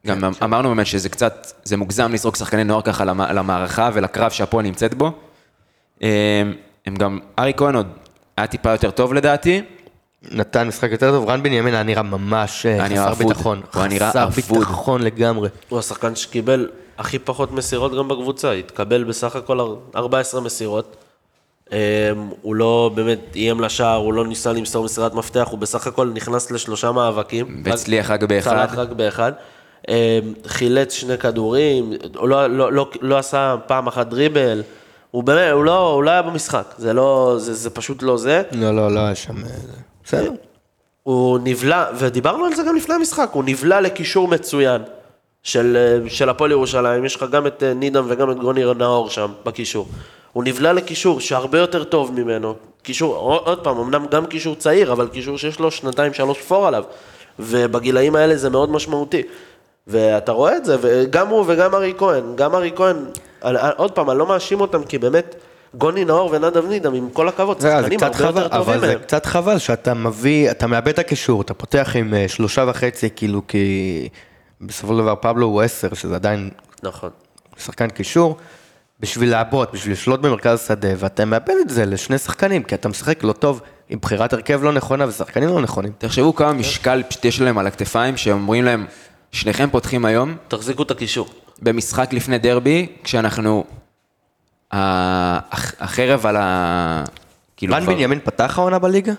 גם כן. אמרנו באמת שזה קצת, זה מוגזם לזרוק שחקני נוער ככה למ- למערכה ולקרב שהפועל נמצאת בו. אה, הם גם, אריק כהן עוד היה טיפה יותר טוב לדעתי. נתן משחק יותר טוב, רן בנימין היה נראה ממש אה, היה נראה חסר אבוד. ביטחון. הוא היה נראה חסר אבוד. ביטחון לגמרי. הוא השחקן שקיבל הכי פחות מסירות גם בקבוצה, התקבל בסך הכל 14 מסירות. אמ, הוא לא באמת איים לשער, הוא לא ניסה למסור מסירת מפתח, הוא בסך הכל נכנס לשלושה מאבקים. והצליח רק באחד. צלח רק באחד. אמ, חילץ שני כדורים, הוא לא, לא, לא, לא עשה פעם אחת דריבל. הוא באמת, הוא לא, הוא לא היה במשחק, זה לא, זה, זה פשוט לא זה. לא, לא, לא היה שם... אה, זה. בסדר. הוא נבלע, ודיברנו על זה גם לפני המשחק, הוא נבלע לקישור מצוין של, אה, של הפועל ירושלים, יש לך גם את אה, נידם וגם את גוני נאור שם בקישור. הוא נבלע לקישור שהרבה יותר טוב ממנו, קישור, עוד עוד פעם, אמנם גם קישור צעיר, אבל קישור שיש לו שנתיים, שלוש פור עליו, ובגילאים האלה זה מאוד משמעותי. ואתה רואה את זה, וגם הוא וגם ארי כהן, גם ארי כהן, על- על- עוד פעם, אני לא מאשים אותם, כי באמת, גוני נאור ונדב נידם, עם כל הכבוד, זה זה שחקנים קצת הרבה חבל, יותר טובים אבל זה מהם. קצת חבל שאתה מביא, אתה מאבד את הקישור, אתה פותח עם אה, שלושה וחצי, כאילו, כי בסופו של דבר פבלו הוא עשר, שזה עדיין נכון. שחקן קישור, בשביל לעבוד, בשביל לשלוט במרכז השדה, ואתה מאבד את זה לשני שחקנים, כי אתה משחק לא טוב, עם בחירת הרכב לא נכונה ושחקנים לא נכונים. כאילו תחשבו כמה משקל פשוט יש להם על הכתפיים, שאומרים להם, שניכם פותחים היום, תחזיקו את הקישור. במשחק לפני דרבי, כשאנחנו... ה- הח- החרב על ה... כאילו רן כבר- בנימין פתח העונה בליגה?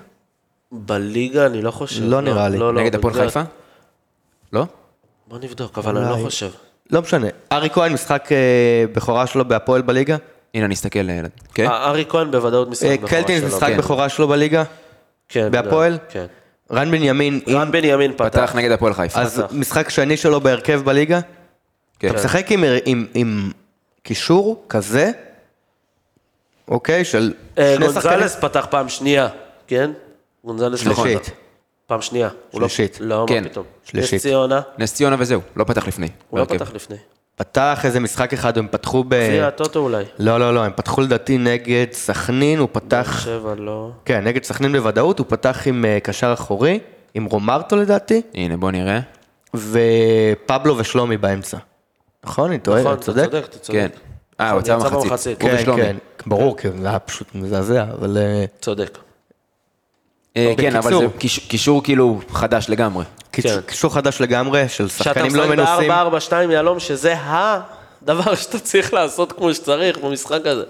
בליגה אני לא חושב. לא נראה לי. נגד הפועל בגלל- חיפה? לא? בוא נבדוק, אבל אני אולי. לא חושב. לא משנה. ארי כהן, משחק אה, בכורה שלו בהפועל בליגה? הנה, אני אסתכל. אה, כן? אה, ארי כהן בוודאות משחק אה, בכורה קלטינס, שלו, משחק כן. בכורה שלו בליגה? כן, בהפועל? כן. רן בנימין, אם- רן בנימין פתח פתח. נגד הפועל חיפה. אז פתח. משחק שני שלו בהרכב בליגה? כן. אתה משחק עם- עם- עם קישור כזה? אוקיי, של אה, שני שחקנים? גונזלס פתח פעם שנייה, כן? גונזלס פתח. שלישית. פעם שנייה. הוא לא- שלישית. לא, כן. מה פתאום. שלישית. אוקיי. נס ציונה, נס ציונה וזהו, לא פתח לפני. הוא לא בהרכב. אה, פתח לפני. פתח איזה משחק אחד, הם פתחו ב... גביע הטוטו אולי. לא, לא, לא, הם פתחו לדעתי נגד סכנין, הוא באר פתח... שבע לא. כן, נגד סכנין בוודאות, הוא פתח עם אה, קשר אחורי, עם רומרטו לדעתי, הנה, בוא נראה. ופבלו ושלומי באמצע. נכון, אני טועה, נכון, אני אתה צודק? צודק, אתה צודק. כן. אה, הוא נכון, יצא במחצית. הוא כן, ושלומי. כן, ברור, כי זה היה פשוט מזעזע, אבל... אה, צודק. אה, כן, אבל בקיצור. זה קיש- קישור כאילו חדש לגמרי. כן. קישור- קישור חדש לגמרי, של שאתה שחקנים לא משחק מנוסים. ב-4-4-2 יהלום, שזה הדבר שאתה צריך לעשות כמו שצריך במשחק הזה.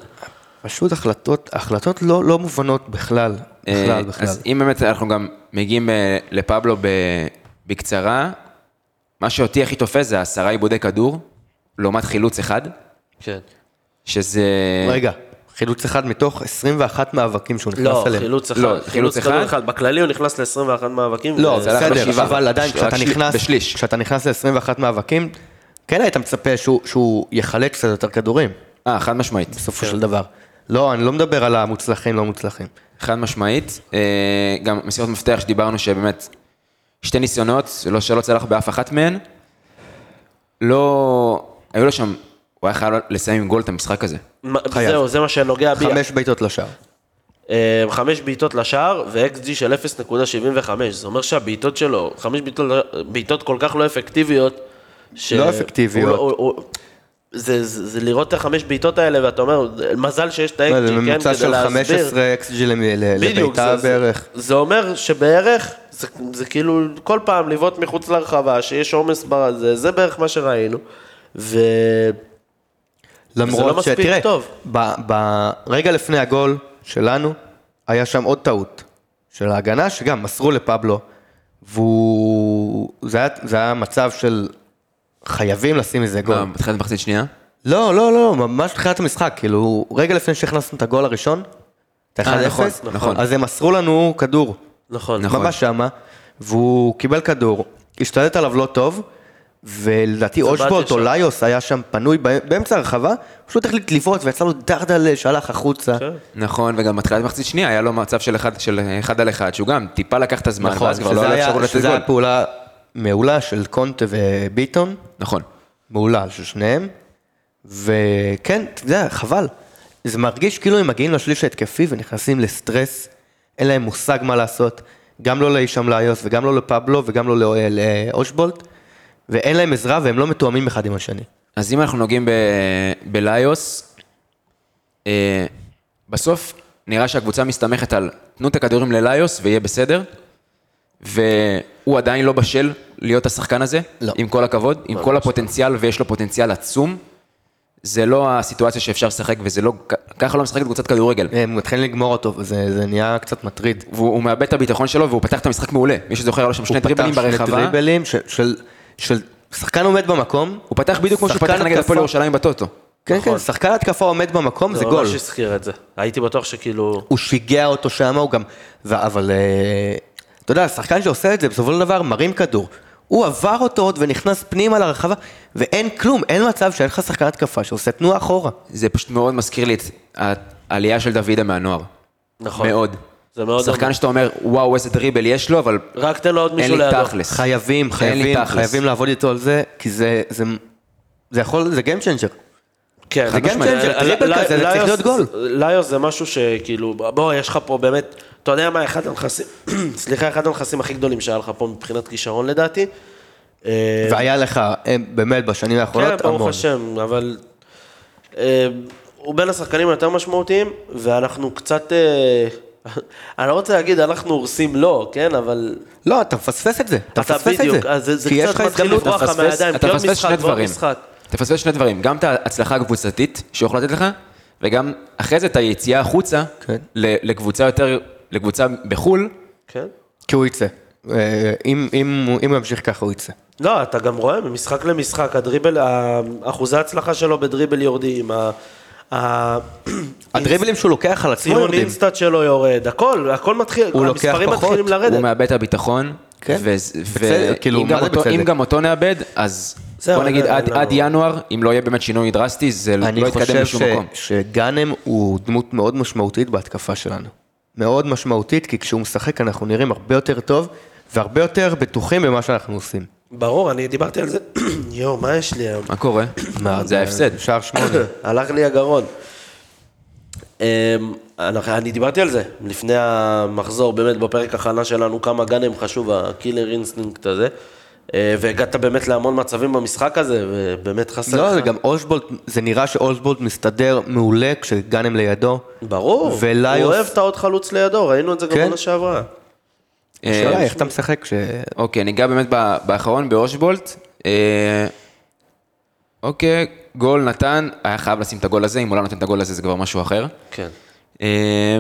פשוט החלטות, החלטות לא, לא מובנות בכלל, אה, בכלל, בכלל. אז אם באמת אנחנו גם מגיעים אה, לפבלו ב- בקצרה, מה שאותי הכי תופס זה עשרה עיבודי כדור, לעומת חילוץ אחד, כן. שזה... רגע, חילוץ אחד מתוך 21 מאבקים שהוא נכנס לא, אליהם. חילוץ אחד. לא, חילוץ חילוץ כדור אחד. אחד. בכללי הוא נכנס ל-21 מאבקים. לא, ו- זה הלך בסדר, בשבעה. אבל עדיין, רק כשאתה שליש- נכנס, בשליש. כשאתה נכנס ל-21 מאבקים, כן היית מצפה שהוא, שהוא יחלק קצת יותר כדורים, אה, חד משמעית. בסופו כן. של דבר. לא, אני לא מדבר על המוצלחים, לא מוצלחים. חד משמעית. אה, גם מסירות מפתח שדיברנו שבאמת שתי ניסיונות, לא שלא צלח באף אחת מהן. לא... היו לו שם... הוא היה חייב לסיים עם גול את המשחק הזה. מה- חייב. זהו, זה מה שנוגע בי. חמש בעיטות לשער. אה, חמש בעיטות לשער ו-XG של 0.75. זה אומר שהבעיטות שלו, חמש בעיטות- בעיטות כל כך לא אפקטיביות. ש- לא אפקטיביות. הוא לא- הוא- הוא- זה, זה, זה לראות את החמש בעיטות האלה, ואתה אומר, מזל שיש את ה-XG, לא, זה כן, ממוצע כדי של להסביר. 15 XG למ- ל- בדיוק, לביתה זה- זה- בערך. זה אומר שבערך, זה, זה כאילו כל פעם לבעוט מחוץ לרחבה, שיש עומס בזה, זה בערך מה שראינו. ו... למרות לא מספיק שתראה, טוב. ב- ב- רגע לפני הגול שלנו, היה שם עוד טעות של ההגנה, שגם מסרו לפבלו, והוא... זה היה, זה היה מצב של חייבים לשים איזה גול. אה, בתחילת מחצית שנייה. לא, לא, לא, ממש תחילת המשחק, כאילו, רגע לפני שהכנסנו את הגול הראשון, את ה-1-0, נכון, נכון. אז הם מסרו לנו כדור, נכון. נכון. ממש שמה, והוא קיבל כדור, השתלט עליו לא טוב, ולדעתי זה אושבולט בעטיה או שם. ליוס היה שם פנוי בא- באמצע הרחבה, פשוט החליט לבעוט ויצא לו דרדל שלח החוצה. כן. נכון, וגם בתחילת מחצית שנייה היה לו מצב של אחד, של אחד על אחד, שהוא גם טיפה לקח את הזמן, ואז כבר לא נכון, שזה היה היה- אפשרות לתת שזה גול. היה פעולה מעולה של קונטה וביטון, נכון. מעולה של שניהם, וכן, אתה יודע, חבל. זה מרגיש כאילו הם מגיעים לשליש ההתקפי ונכנסים לסטרס, אין להם מושג מה לעשות, גם לא להישם לאיוס וגם לא לפבלו וגם לא לא- לאושבולט, ואין להם עזרה והם לא מתואמים אחד עם השני. אז אם אנחנו נוגעים ב- בליוס, אה, בסוף נראה שהקבוצה מסתמכת על תנו את הכדורים לליוס ויהיה בסדר, והוא עדיין לא בשל להיות השחקן הזה, לא. עם כל הכבוד, עם כל הפוטנציאל, ויש לו פוטנציאל עצום. זה לא הסיטואציה שאפשר לשחק, וזה לא, כ- ככה לא משחקת קבוצת כדורגל. הם מתחילים לגמור אותו, וזה זה נהיה קצת מטריד. והוא הוא מאבד את הביטחון שלו, והוא פתח את המשחק מעולה. מי שזוכר, היה לו שם שני דריבלים ברחבה. הוא פתח שני דריבלים של- של- של שחקן עומד במקום, הוא פתח בדיוק כמו שהוא שחקן פתח נגד התקפה. הפועל ירושלים בטוטו. כן נכון. כן, שחקן התקפה עומד במקום, זה זה גול. ממש הזכיר את זה. הייתי בטוח שכאילו... הוא שיגע אותו שם, הוא גם... ו- אבל אה, אתה יודע, השחקן שעושה את זה בסופו של דבר מרים כדור. הוא עבר אותו עוד ונכנס פנימה לרחבה, ואין כלום, אין מצב שאין לך שחקן התקפה שעושה תנועה אחורה. זה פשוט מאוד מזכיר לי את העלייה של דוידה מהנוער. נכון. מאוד. זה מאוד... שחקן שאתה אומר, וואו, איזה דריבל יש לו, אבל רק תן לו עוד אין מישהו לי לידו. תכלס. חייבים, לי חייבים, תכלס. חייבים לעבוד איתו על זה, כי זה... זה, זה יכול, זה Game Changer. כן, זה גם משמעית. צ'יינג'ר, אה, טריפל לא- כזה, זה לא- צריך להיות גול. ליוס זה משהו שכאילו, בוא, יש לך פה באמת, אתה יודע מה, אחד הנכסים, סליחה, אחד הנכסים הכי גדולים שהיה לך פה מבחינת כישרון לדעתי. אה, והיה לך, אה, באמת, בשנים האחרונות, כן, ברוך המון. השם, אבל אה, הוא בין השחקנים היותר משמעותיים, ואנחנו קצת, אה, אני לא רוצה להגיד, אנחנו הורסים לו, כן, אבל לא, אתה מפספס את זה, אתה אתה מפספס את בדיוק, זה. אז זה- זה כי יש קצת לך מתחיל הזדמנות, לברוח לך אתה מפספס- מהידיים. אתה כל מפספס משחק שני ועוד דברים. משחק. אתה מפספס שני דברים, גם את ההצלחה הקבוצתית שיכולה לתת לך, וגם אחרי זה את היציאה החוצה כן. ל- לקבוצה יותר, לקבוצה בחו"ל, כן. כי הוא יצא. אה, אם- אם הוא אם הוא ימשיך ככה, הוא יצא. לא, אתה גם רואה ממשחק למשחק, הדריבל, ה- אחוזי ההצלחה שלו בדריבל יורדים, ה- ה- הדריבלים שהוא לוקח על עצמו ציון יורדים. אינסטאט שלו יורד, הכל, הכל מתחיל, הוא לוקח המספרים פחות, מתחילים לרדת. הוא מאבד את הביטחון. כן. ואז- בצדק, ואם כאילו, גם מה זה אותו- בצדק? אם גם אותו נאבד, אז זהו, בוא נגיד אני- עד אני עד לא- ינואר, אם לא יהיה באמת שינוי דרסטי, זה לא אני יתקדם חושב לשום מקום. ש- שגאנם הוא דמות מאוד משמעותית בהתקפה שלנו. מאוד משמעותית, כי כשהוא משחק אנחנו נראים הרבה יותר טוב, והרבה יותר בטוחים במה שאנחנו עושים. ברור, אני דיברתי על זה יואו, מה יש לי היום? מה קורה? זה ההפסד. שער שמונה. הלך לי הגרון. אמ, אנחנו- אני דיברתי על זה לפני המחזור, באמת בפרק הכנה שלנו, כמה גאנם חשוב, הקילר אינסטינקט הזה. אה, והגעת באמת להמון מצבים במשחק הזה, ובאמת חסר לא, לך. זה גם אולסבולט, זה נראה שאולסבולט מסתדר מעולה כשגאנם לידו. ברור, וליוס- הוא אוהב את העוד חלוץ לידו, ראינו את זה גם כן. בעונה שעברה. אה, שאלה, איך אתה משחק כש... אוקיי, ניגע באמת ב- באחרון, באושבולט. אה, אוקיי, גול נתן, היה חייב לשים את הגול הזה, אם הוא לא נותן את הגול הזה זה כבר משהו אחר. כן. אה,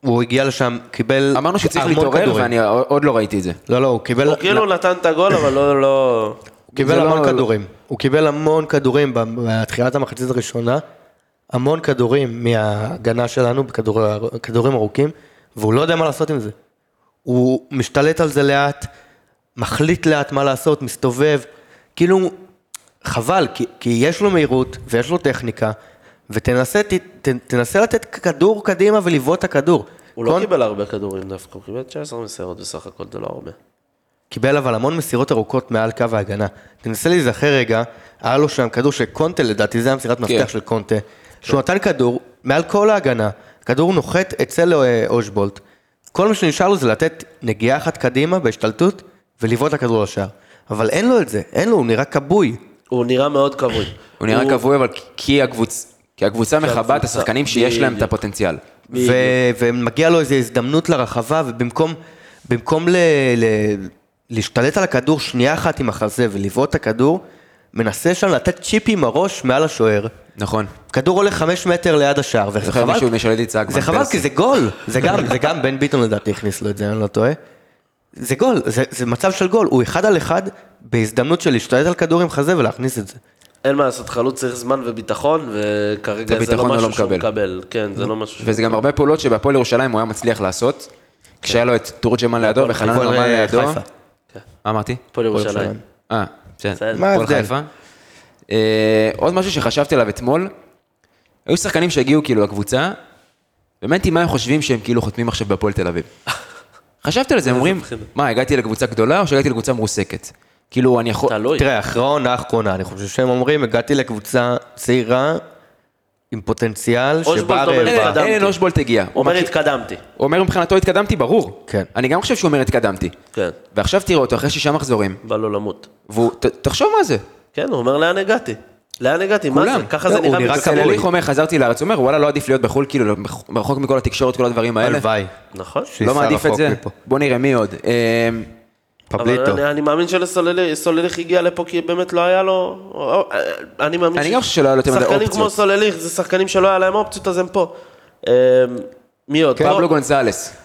הוא הגיע לשם, קיבל אמרנו שצריך המון להתעורר, כדורים. ואני עוד לא ראיתי את זה. לא, לא, הוא קיבל... הוא כאילו נתן את הגול, אבל לא... לא... הוא קיבל זה המון לא- כדורים. הוא קיבל המון כדורים ב- בתחילת המחצית הראשונה, המון כדורים מההגנה שלנו, בכדור- כדורים ארוכים, והוא לא יודע מה לעשות עם זה. הוא משתלט על זה לאט, מחליט לאט מה לעשות, מסתובב, כאילו, חבל, כי, כי יש לו מהירות ויש לו טכניקה, ותנסה ת, ת, תנסה לתת כדור קדימה ולבעוט את הכדור. הוא לא קונ- קיבל הרבה כדורים דווקא, הוא קיבל 19 מסירות בסך הכל, זה לא הרבה. קיבל אבל המון מסירות ארוכות מעל קו ההגנה. תנסה להיזכר רגע, היה לו שם כדור של קונטה לדעתי, זה המסירת מפתח של קונטה. שהוא נתן כדור מעל כל ההגנה, הכדור נוחת אצל אה, אושבולט. כל מה שנשאר לו זה לתת נגיעה אחת קדימה בהשתלטות ולבעוט לכדור לשער. אבל אין לו את זה, אין לו, הוא נראה כבוי. הוא נראה מאוד כבוי. הוא נראה כבוי, אבל כי הקבוצ- כי הקבוצה מכבה את הקבוצה- השחקנים שיש להם את בדיוק. הפוטנציאל. בדיוק. ו- ומגיע לו איזו הזדמנות לרחבה, ובמקום במקום ל- ל- להשתלט על הכדור שנייה אחת עם החזה ולבעוט את הכדור, מנסה שם לתת צ'יפ עם הראש מעל השוער. נכון. כדור עולה חמש מטר ליד השער, וזה זוכר חבל, מישהו משלד יצעק. זה חבל כי זה גול, זה גם, זה גם בן ביטון לדעתי הכניס לו את זה, אני לא טועה. זה גול, זה, זה מצב של גול, הוא אחד על אחד בהזדמנות של להשתלט על כדור עם חזה ולהכניס את זה. אין מה לעשות, חלוץ צריך זמן וביטחון, וכרגע זה לא וביטחון הוא משהו לא שהוא מקבל. מקבל. כן, זה לא משהו שהוא... וזה גם הרבה פעולות שבהפועל ירושלים הוא היה מצליח לעשות. כשהיה לו את תורג'מן לידו וחנן הפועל, ממן אה, לידו. חיפה. כן. מה אמרתי? הפועל ירושלים. ירושלים. אה, בסדר. בסדר. מה הפועל ההבדל? חיפה. אה, עוד משהו שחשבתי עליו אתמול, היו שחקנים שהגיעו כאילו לקבוצה, באמת עם מה הם חושבים שהם כאילו חותמים עכשיו בהפועל תל אביב. חשבתי על זה, הם אומרים, מבחינה? מה, הגעתי לקבוצה גדולה או שהגעתי לקבוצה מרוסקת? כאילו, אני יכול... תלוי. תראה, אחרי העונה האחרונה, אני חושב שהם אומרים, הגעתי לקבוצה צעירה עם פוטנציאל אושבולט שבאה אומר רעבה." לך, התקדמתי. אלן אושבולט אה, הגיע. הוא אומר התקדמתי. הוא אומר מבחינתו התקדמתי, ברור. כן. אני גם חושב שהוא אומר התקדמתי. כן, ועכשיו תראה אותו אחרי שישה מחזורים, בא לו למות. והוא, ת- תחשוב מה זה. כן, הוא אומר לאן הגעתי. לאן הגעתי? מה כולם. זה? ככה לא, זה הוא נראה נראה בקצה. כמוני. סלליך אומר, חזרתי לארץ, הוא אומר, וואלה, לא עדיף להיות בחו"ל, כאילו, רחוק מכל התקשורת, כל הדברים האלה. הלוואי. נכון. לא שייסע מעדיף את רחוק זה? מפה. בוא נראה, מי עוד? אה, פבליטו. אבל לא אני- אני מאמין שסולליך הגיע לפה כי באמת לא היה לו... אה, אני מאמין אני גם חושב שלא היה לו יותר מדי שחקנים אופציות. כמו סולליך זה שחקנים שלא היה להם אופציות, אז הם פה. אמ, מי עוד? כן. פבלו גונזלס.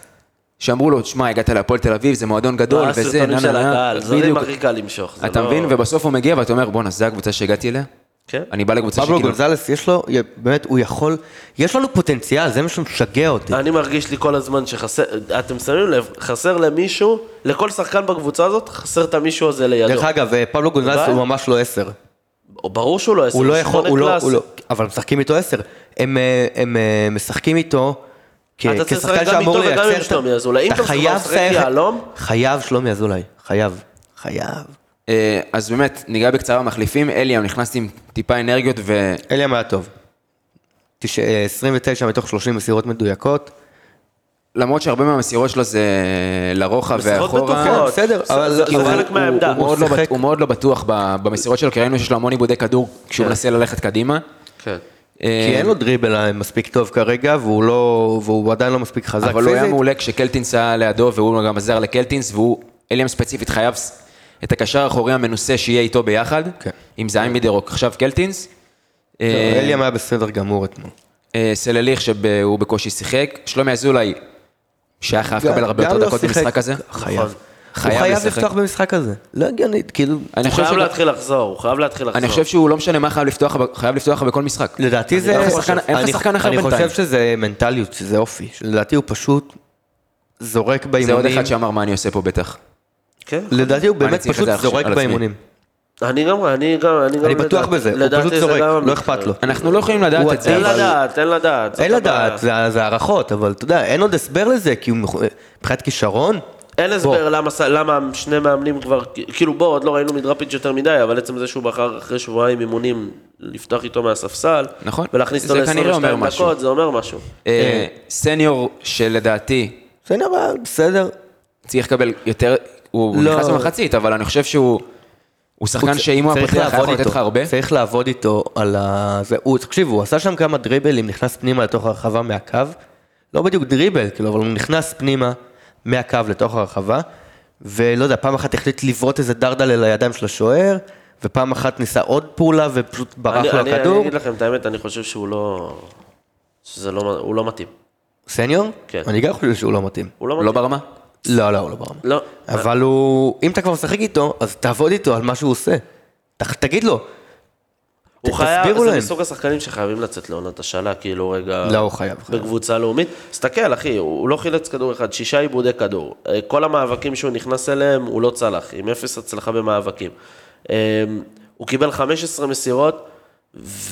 שאמרו לו, שמע, הגעת להפועל תל אביב, זה מועדון גדול, וזה, הסרטונים של הקהל, זרים בדיוק. הכי קל למשוך. זה אתה לא- מבין? ובסוף הוא מגיע ואתה אומר, בואנה, זה הקבוצה שהגעתי אליה? כן. אני בא לקבוצה פבלו שכאילו... גונזלס, יש לו, באמת, הוא יכול, יש לנו פוטנציאל, זה מה שמשגע אותי. אני מרגיש לי כל הזמן שחסר, אתם שמים לב, חסר למישהו, לכל שחקן בקבוצה הזאת, חסר את המישהו הזה לידו. דרך אגב, אה, פבלו גונזלס אבל- הוא ממש לא עשר. ברור שהוא לא עשר, הוא לא שמונה יכול, הוא לא, קלאס. הוא לא, אבל משחקים איתו עשר. הם אה, הם, אה, משחקים איתו כ- אתה צריך כשחקן לשחק גם שאמור איתו וגם לייצר... עם את ה- שלומי אזולאי. אם אתה אתה מסוגל חייב לשחק שחק- יהלום- חייב שלומי אזולאי, חייב. חייב. אה, אז באמת, ניגע בקצרה במחליפים, אליאם נכנס עם טיפה אנרגיות ו... אליאם היה טוב. תש- אה, 29 מתוך 30 מסירות מדויקות. למרות שהרבה מהמסירות שלו זה אה, לרוחב מסירות ואחורה. בטוחות. כן, בסדר, זה- אבל זה כאילו, חלק הוא- מהעמדה. הוא מאוד הוא לא בט- שיחק. הוא מאוד לא בטוח ב- במסירות שלו, כי ראינו שיש לו המון עיבודי כדור כשהוא כן. מנסה ללכת קדימה. אה, כן. כי אין לו דריבל אה, מספיק טוב כרגע, והוא לא, והוא עדיין לא מספיק חזק פיזית. אבל הוא היה מעולה כשקלטינס היה לידו, והוא גם עזר לקלטינס, והוא, אליהם ספציפית חייב ס- את הקשר האחורי המנוסה שיהיה איתו ביחד, כן. אם זה איימבידר או עכשיו קלטינס. אה, אליאם היה בסדר גמור אתמול. אה, סלליך שהוא בקושי שיחק, שלומי אזולאי, שהיה חייב לקבל הרבה גם יותר לא דקות שיחק. במשחק הזה. חייב. נכון. חייב הוא חייב לשחק. לפתוח במשחק הזה. לא הגיונית, כאילו... אני הוא חושב חייב שהוא- להתחיל לחזור, הוא חייב להתחיל לחזור. אני חושב שהוא לא משנה מה חייב לפתוח, אבל חייב לפתוח בכל משחק. לדעתי זה... אין לך שחקן- אין לך אני- שחקן אחר אני בינתיים. חושב שזה מנטליות, שזה אופי. לדעתי הוא פשוט זורק זה עוד באימונים. אחד שאמר מה אני עושה פה בטח. כן. לדעתי הוא באמת צריך את פשוט זה על- זורק על עצמי. באימונים. אני גם, אני גם, אני גם... אני בטוח לא, לדעתי- בזה, הוא לדעתי פשוט זה זורק, גם- לא אכפת לו. אנחנו לא יכולים לדעת הוא את זה, אין עדיין- לא אבל... לדעת, אין לדעת. זאת אין הבעיה. לדעת, זה זה הערכות, אבל אתה יודע, אין עוד הסבר לזה, כי הוא מכו- מבחינת כישרון, אין הסבר למה, ס- למה שני מאמנים כבר, כאילו בוא, עוד לא ראינו מדראפיץ' יותר מדי, אבל עצם זה שהוא בחר אחרי שבועיים אימונים לפתוח איתו מהספסל, נכון. ולהכניס אותו זה כנראה אומר ל-22 משהו. דקות, זה אומר משהו. אה, סניור שלדעתי זה נראה בסדר. צריך לקבל יותר, הוא לא. נכנס במחצית, אבל אני חושב שהוא הוא שחקן שאם הוא היה צריך פותח, היה לעבוד יכול לתת איתו. לך הרבה. צריך לעבוד איתו על ה... זה, הוא, תקשיב, הוא עשה שם כמה דריבלים, נכנס פנימה לתוך הרחבה מהקו. לא בדיוק דריבל, כאילו, אבל הוא נכנס פנימה מהקו לתוך הרחבה, ולא יודע, פעם אחת החליט לברוט איזה דרדל אל הידיים של השוער, ופעם אחת ניסה עוד פעולה ופשוט ברח אני, לו אני, אני הכדור. אגיד לכם את האמת, אני חושב שהוא לא, שזה לא, הוא לא מתאים. סניור? כן. אני גם חושב שהוא לא מתאים. הוא לא מתאים. לא ברמה? לא, לא, הוא לא ברמה. לא. אבל הוא, אם אתה כבר משחק איתו, אז תעבוד איתו על מה שהוא עושה. ת- תגיד לו. הוא ת- חייב, תסבירו זה להם. מסוג השחקנים שחייבים לצאת לעונת השאלה, כאילו רגע... לא, הוא חייב, חייב. בקבוצה לאומית. תסתכל, אחי, הוא הוא לא חילץ כדור אחד, שישה עיבודי כדור. אה, כל המאבקים שהוא נכנס אליהם, הוא לא צלח, עם אפס הצלחה במאבקים. אה, הוא קיבל 15 מסירות,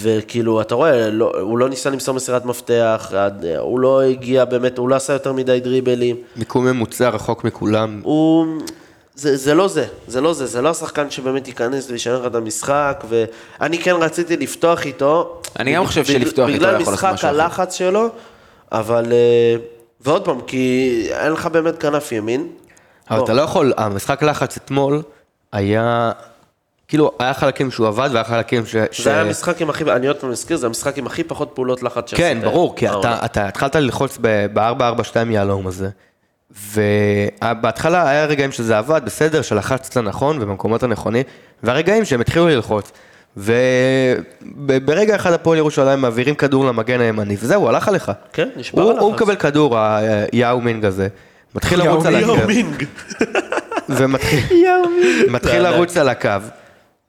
וכאילו, אתה רואה, לא, הוא לא ניסה למסור מסירת מפתח, עד- אה, הוא לא הגיע באמת, הוא לא עשה יותר מדי דריבלים. מיקום ממוצע רחוק מכולם. הוא... זה, זה לא זה, זה לא זה, זה לא השחקן שבאמת ייכנס וישנה לך את המשחק, ואני כן רציתי לפתוח איתו. אני גם חושב בגלל- שלפתוח איתו לא יכול לעשות בגלל משחק משהו אחר. הלחץ שלו, אבל... אה, ועוד פעם, כי אין לך באמת כנף ימין. אבל בוא, אתה לא יכול, המשחק לחץ אתמול היה, כאילו, היה חלקים שהוא עבד והיה חלקים ש... זה היה המשחק עם הכי, אני עוד פעם מזכיר, זה המשחק עם הכי פחות פעולות לחץ שעשית. כן, ברור, כי העונה. אתה, אתה התחלת ללחוץ ב-442 יהלום הזה. ובהתחלה היה רגעים שזה עבד, בסדר, שלחצת נכון ובמקומות הנכונים, והרגעים שהם התחילו ללחוץ. וברגע אחד הפועל ירושלים מעבירים כדור למגן הימני, וזהו, הלך עליך. כן, נשבר הוא, עליו. הוא מקבל כדור, היאו מינג הזה. מתחיל לרוץ על יאו הקו, מינג. ומתחיל מתחיל לרוץ על הקו,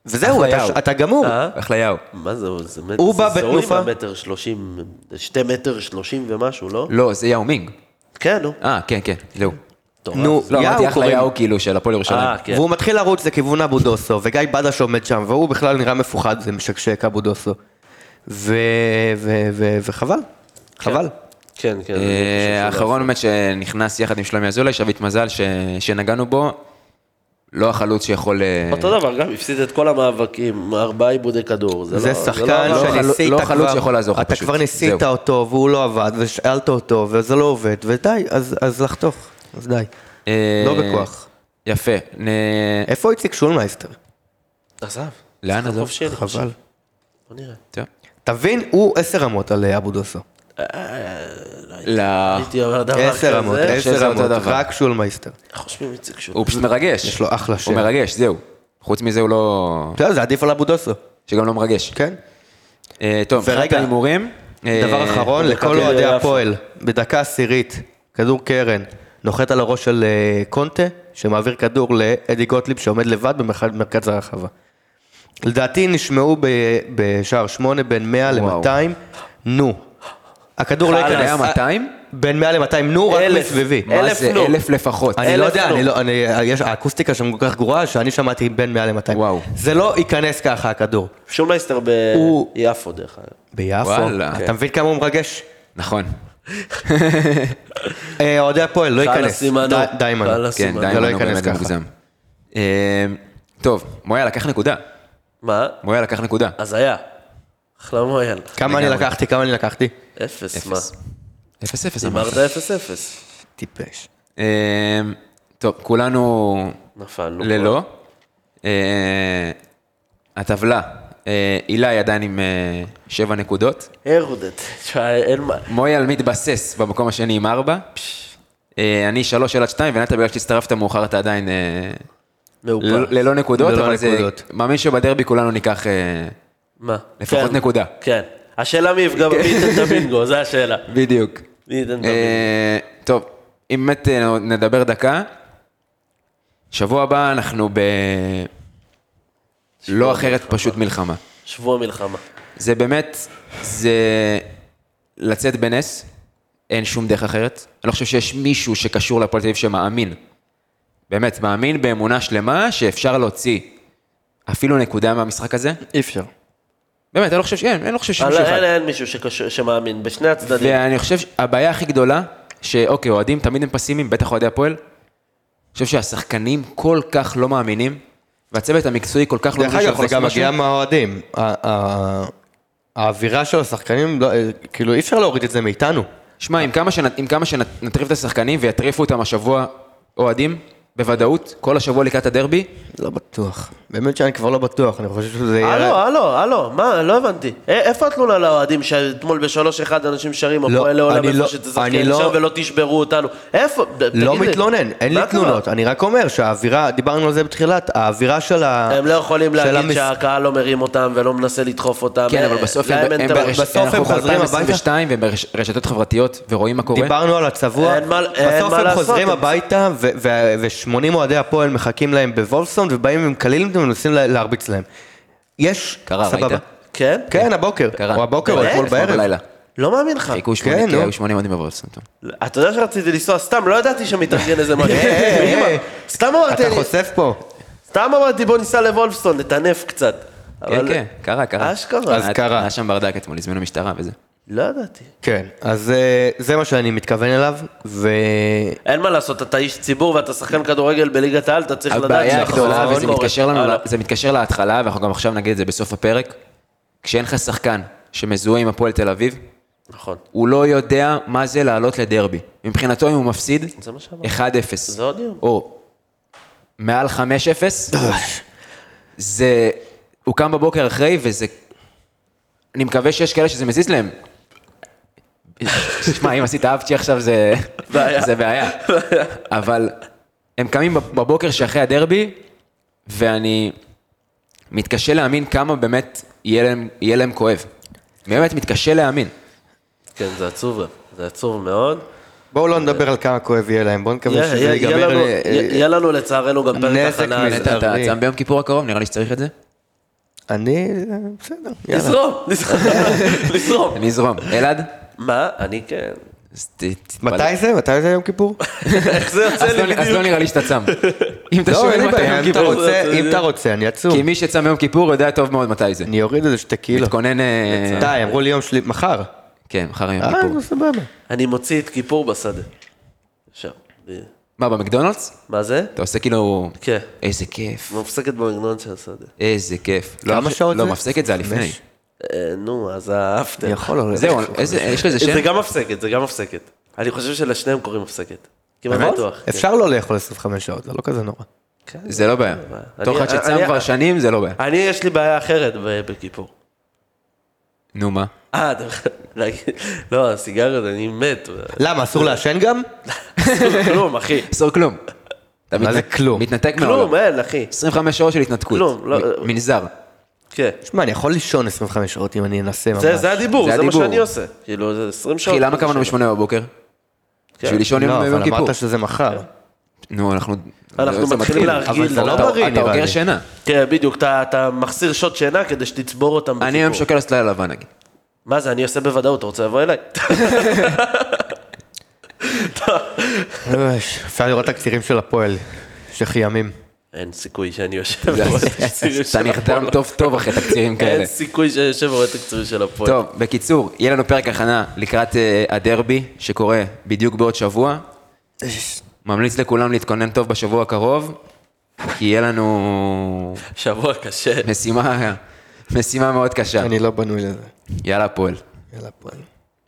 וזהו, אחלה אתה- יאו. אתה גמור. אה? אחלה יאו. מה זה, זה מת- הוא זה בא זורים בתנופה. המטר שלושים, שתי מטר שלושים ומשהו, לא? לא, זה יאו מינג. כן, נו. אה, כן, כן, זהו. מטורף. נו, לא, אמרתי יאו אחלה קוראים. יאו כאילו של הפועל אה, ירושלים. כן. והוא מתחיל לרוץ לכיוון אבו דוסו, וגיא בדש עומד שם, והוא בכלל נראה מפוחד ומשקשק אבו דוסו. ו... ו... ו... וחבל, חבל. כן, כן. אני לא חושב אה, שהוא האחרון באמת שנכנס יחד עם שלומי אזולאי, שביט מזל ש- שנגענו בו, לא החלוץ שיכול... אה, אותו דבר, גם הפסיד את כל המאבקים, ארבעה עיבודי כדור. זה, זה לא, שחקן זה לא, שאני- לא, שניסית לא כבר, חלוץ שיכול לעזור לך אתה פשוט. כבר ניסית זהו. אותו והוא לא עבד, ושאלת אותו וזה לא עובד, ודי, אז, אז לחתוך, אז די. אה, לא בכוח. אה, יפה. נ- איפה איציק שולמייסטר? לא- עזב. לאן עזוב? חופשי, אני חושב. חבל. בוא נראה. טוב. תבין, הוא עשר רמות על אה, אבו דוסו. לא, הייתי אומר דבר כזה. עשר רמות, שזה עשר אותו רמות, דבר. רק שולמייסטר. איך חושבים איציק שוב? אה? הוא פשוט מרגש. יש לו אחלה שם. הוא מרגש, זהו. חוץ מזה הוא לא... אתה יודע, זה עדיף על אבו דוסו, שגם לא מרגש. כן? אה, טוב, ורגע, מבחינת ההימורים. אה, דבר אחרון, לכל מכבי אוהדי יפו. הפועל, בדקה עשירית, כדור קרן, נוחת על הראש של אה, קונטה, שמעביר כדור לאדי גוטליב שעומד לבד במרחב- במרכז הרחבה. לדעתי נשמעו ב- בשער שמונה בין 100 וואו. ל-200, נו. הכדור לא אתה יודע ייכנס. 200? בין 100 ל-200, נו, רק אלף. מסביבי. מה אלף זה? נו. אלף לפחות. אני לא אלף יודע, נו. אני לא, אני, יש, האקוסטיקה שם כל כך גרועה, שאני שמעתי בין 100 ל-200. וואו. זה לא ייכנס ככה, הכדור. שולמייסטר הוא- ביפו דרך אגב. ביפו. וואלה. אתה מבין כמה הוא מרגש? נכון. אה, אוהדי הפועל, לא חלאס ייכנס. עם הנו. די- די, מנו. חלאס עם כן, סימן, די, זה לא מנו, באמת ייכנס זה ככה. מוגזם. אה, טוב, מויה לקח נקודה. מה? מויה לקח נקודה. אז היה. אחלה מויאל. כמה אני לגמרי. לקחתי? כמה אני לקחתי? אפס, מה? אפס. אפס אפס אמרת. אמרת אפס אפס. טיפש. אה, טוב, כולנו נפלנו. ללא. אה, הטבלה, אה, אילי עדיין עם אה, שבע נקודות. הרודד. תשמע, אין מה. מויאל מתבסס במקום השני עם ארבע. אה, אני שלוש אלעד שתיים, ונטע בגלל שהצטרפת מאוחר אתה עדיין אה, מאופר. ל- ללא נקודות, ללא אבל זה נקודות. מאמין שבדרבי כולנו ניקח אה, מה? לפחות כן. נקודה. כן. השאלה מי יפגע במי ייתן את הבינגו, זו השאלה. בדיוק. מי ייתן את הבינגו. אה, טוב, אם באמת אה, נדבר דקה, שבוע הבא אנחנו ב... לא אחרת פשוט מלחמה. שבוע מלחמה. זה באמת, זה לצאת בנס, אין שום דרך אחרת. אני לא חושב שיש מישהו שקשור להפועל תל אביב שמאמין, באמת, מאמין באמונה שלמה שאפשר להוציא אפילו נקודה מהמשחק הזה. אי אפשר. באמת, אני לא חושב, ש- אין, אני לא חושב אין, שמישהו אחד. אין- אין מישהו שקש- שמאמין בשני הצדדים. ואני חושב שהבעיה הכי גדולה, שאוקיי, אוהדים תמיד הם פסימיים, בטח אוהדי הפועל, חושב שהשחקנים כל כך לא מאמינים, והצוות המקצועי כל כך לא דרך מבין אגב, שאנחנו זה גם עושים משהו. מגיע מהאוהדים. ה- ה- האווירה של השחקנים, לא- אה, כאילו אי אפשר להוריד את זה מאיתנו. שמע, עם כמה שנ- עם כמה שנטריף את השחקנים ויטריפו אותם השבוע אוהדים, בוודאות, כל השבוע לקראת הדרבי, לא בטוח. באמת שאני כבר לא בטוח, אני חושב שזה יהיה... הלו, הלו, הלו, מה, לא הבנתי. אה, איפה התלונה לאוהדים שאתמול בשלוש אחד אנשים שרים, לא, הפועל לעולם אני איפה לא- שתשחקן אני לא- שם ולא תשברו אותנו? איפה? ד- תגיד לא לי, מתלונן, אין לי מה קרה? תלונות, אני רק אומר שהאווירה, דיברנו על זה בתחילת, האווירה של ה... הם לא יכולים של להגיד המס- שהקהל לא מרים אותם ולא מנסה לדחוף אותם. כן, אבל אה, בסוף להם הם אין הם את ה- ברש- בסוף אנחנו הם חוזרים הביתה? ב-2022 והם ברשתות חברתיות ורואים מה קורה. דיברנו על הצבוע, אין מה- אין בסוף מה הם לעשות, חוזרים הם- הביתה ו-80 אוהדי הפועל מחכים להם בוולפסון ובאים עם קלילים ומנסים לה- להרביץ להם. יש, קרה, סבבה. ראית? כן? כן, הבוקר, קרה. או הבוקר או באמת? אתמול אתמול בערב. בלילה. לא מאמין לך. חיכו כן, שמונה, כי נו. היו שמונה אוהדים בוולפסון. אתה יודע שרציתי לנסוע סתם, לא ידעתי שמתארגן איזה משהו. אה, אמא, אה, סתם אמרתי, אתה אני- חושף פה. סתם אמרתי בוא ניסע לוולפסון, נטנף קצת. כן, אבל- כן, קרה, קרה. אשכרה. אז היה- קרה. היה שם ברדק אתמול, הזמינו משטרה וזה. לא ידעתי. כן, אז אה, זה מה שאני מתכוון אליו, ו... אין מה לעשות, אתה איש ציבור ואתה שחקן כדורגל בליגת העל, אתה צריך לדעת הבעיה שהחזון הגדולה, נכון, וזה קורה. מתקשר לנו, הלאה. ל- זה מתקשר להתחלה, ואנחנו גם עכשיו נגיד את זה בסוף הפרק, כשאין לך שחקן שמזוהה עם הפועל תל אביב, נכון. הוא לא יודע מה זה לעלות לדרבי. מבחינתו אם הוא מפסיד, זה מה שאמרתי. 1-0. זה עוד יום. או מעל 5-0, זה... הוא קם בבוקר אחרי, וזה... אני מקווה שיש כאלה שזה מזיז להם. שמע, אם עשית אבצ'י עכשיו זה... בעיה. זה בעיה. אבל הם קמים בב- בבוקר שאחרי הדרבי, ואני מתקשה להאמין כמה באמת יהיה להם, יהיה להם כואב. באמת מתקשה להאמין. כן, זה עצוב, זה עצוב מאוד. בואו לא נדבר על כמה כואב יהיה להם, בואו נקווה יהיה- שזה יהיה- יהיה ייגמר... לנו- אה, אה, יהיה לנו לצערנו גם פרק נזק הכנה. מזה. אתה אתה אני- צם ביום כיפור הקרוב, נראה לי שצריך את זה. אני... אה, בסדר, יאללה. לזרום, לזרום, לזרום. אני אזרום. אלעד? מה? אני כן. אז ת- תתפלל. מתי זה? מתי זה יום כיפור? איך זה יוצא אז לא- לי אז לא בדיוק? נראה לי שאתה צם. אם אתה לא, אין שואל לי מתי בעיה, יום אם אתה כיפור. רוצה- זה- אם אתה רוצה, אני עצוב. כי מי שצם יום כיפור יודע טוב מאוד מתי זה. אני אוריד איזה שתי קילו. מתכונן... אה, די, אמרו לי יום שלי, מחר. כן, אחרי יום אה, כיפור. נו, סבבה. לא- אני מוציא את כיפור בשדה. עכשיו. מה, במקדונלדס? מה זה? אתה עושה כאילו... כן. איזה כיף. מפסקת במגנון של השדה. איזה כיף. כמה כמה ש- שעות לא, זה? מפסקת זה הלפני. חמש. אה, נו, אז האפטר. אני יכול או לא? זהו, איזה- יש לזה שם? זה גם הפסקת, זה גם הפסקת. אני חושב שלשניהם קוראים הפסקת. כמעט נכון? באמת? בטוח. כן. אפשר לא לאכול 25 שעות, זה לא כזה נורא. כן. זה לא בעיה. בעיה. בתור אחד אני- שצם אני- כבר שנים, זה לא בעיה. אה. אני, יש לי בעיה אחרת ב- בכיפור. נו, מה? אה, אתה... לא, הסיגריות, אני מת. אה, למה, אסור לעשן גם? כלום, אחי. אסור כלום. אתה מה זה מתנתק- כלום? אה? מתנתק כלום, מהעולם. אין, אחי. 25 שעות של התנתקות. כלום, לא- מ- מנזר. כן. שמע, אני יכול לישון 25 שעות אם אני אנסה ממש. זה, זה הדיבור, זה זה, מה הדיבור. שאני עושה. כאילו, זה 20 שעות. כן. אחי, למה קבענו בשמונה בבוקר? בשביל לישון יום לא, יום אבל כיפור. אמרת שזה מחר. נו, אנחנו... אנחנו זה מתחילים מתחיל. להרגיל. אבל זה לא אתה- בריא, אתה נראה לי. אוגר שינה. כן, בדיוק, אתה, אתה מחסיר שעות שינה כדי שתצבור אותם בכיפור. אני היום שוקל לעשות לילה לבן, נגיד. מה זה, אני עושה בוודאות, אתה רוצה לבוא אליי? אוי, אפשר לראות את הקצירים של הפועל, שחיימים. אין סיכוי שאני יושב זה- ורואה את הקצירים של אתה נרדם הפועל. טוב טוב אחרי תקצירים כאלה. אין סיכוי שאני יושב ורואה את הקצירים של הפועל. טוב, בקיצור, יהיה לנו פרק הכנה לקראת אה, הדרבי, שקורה בדיוק בעוד שבוע. ממליץ לכולם להתכונן טוב בשבוע הקרוב, כי יהיה לנו שבוע קשה. משימה, משימה מאוד קשה. אני לא בנוי לזה. יאללה, הפועל. יאללה, הפועל.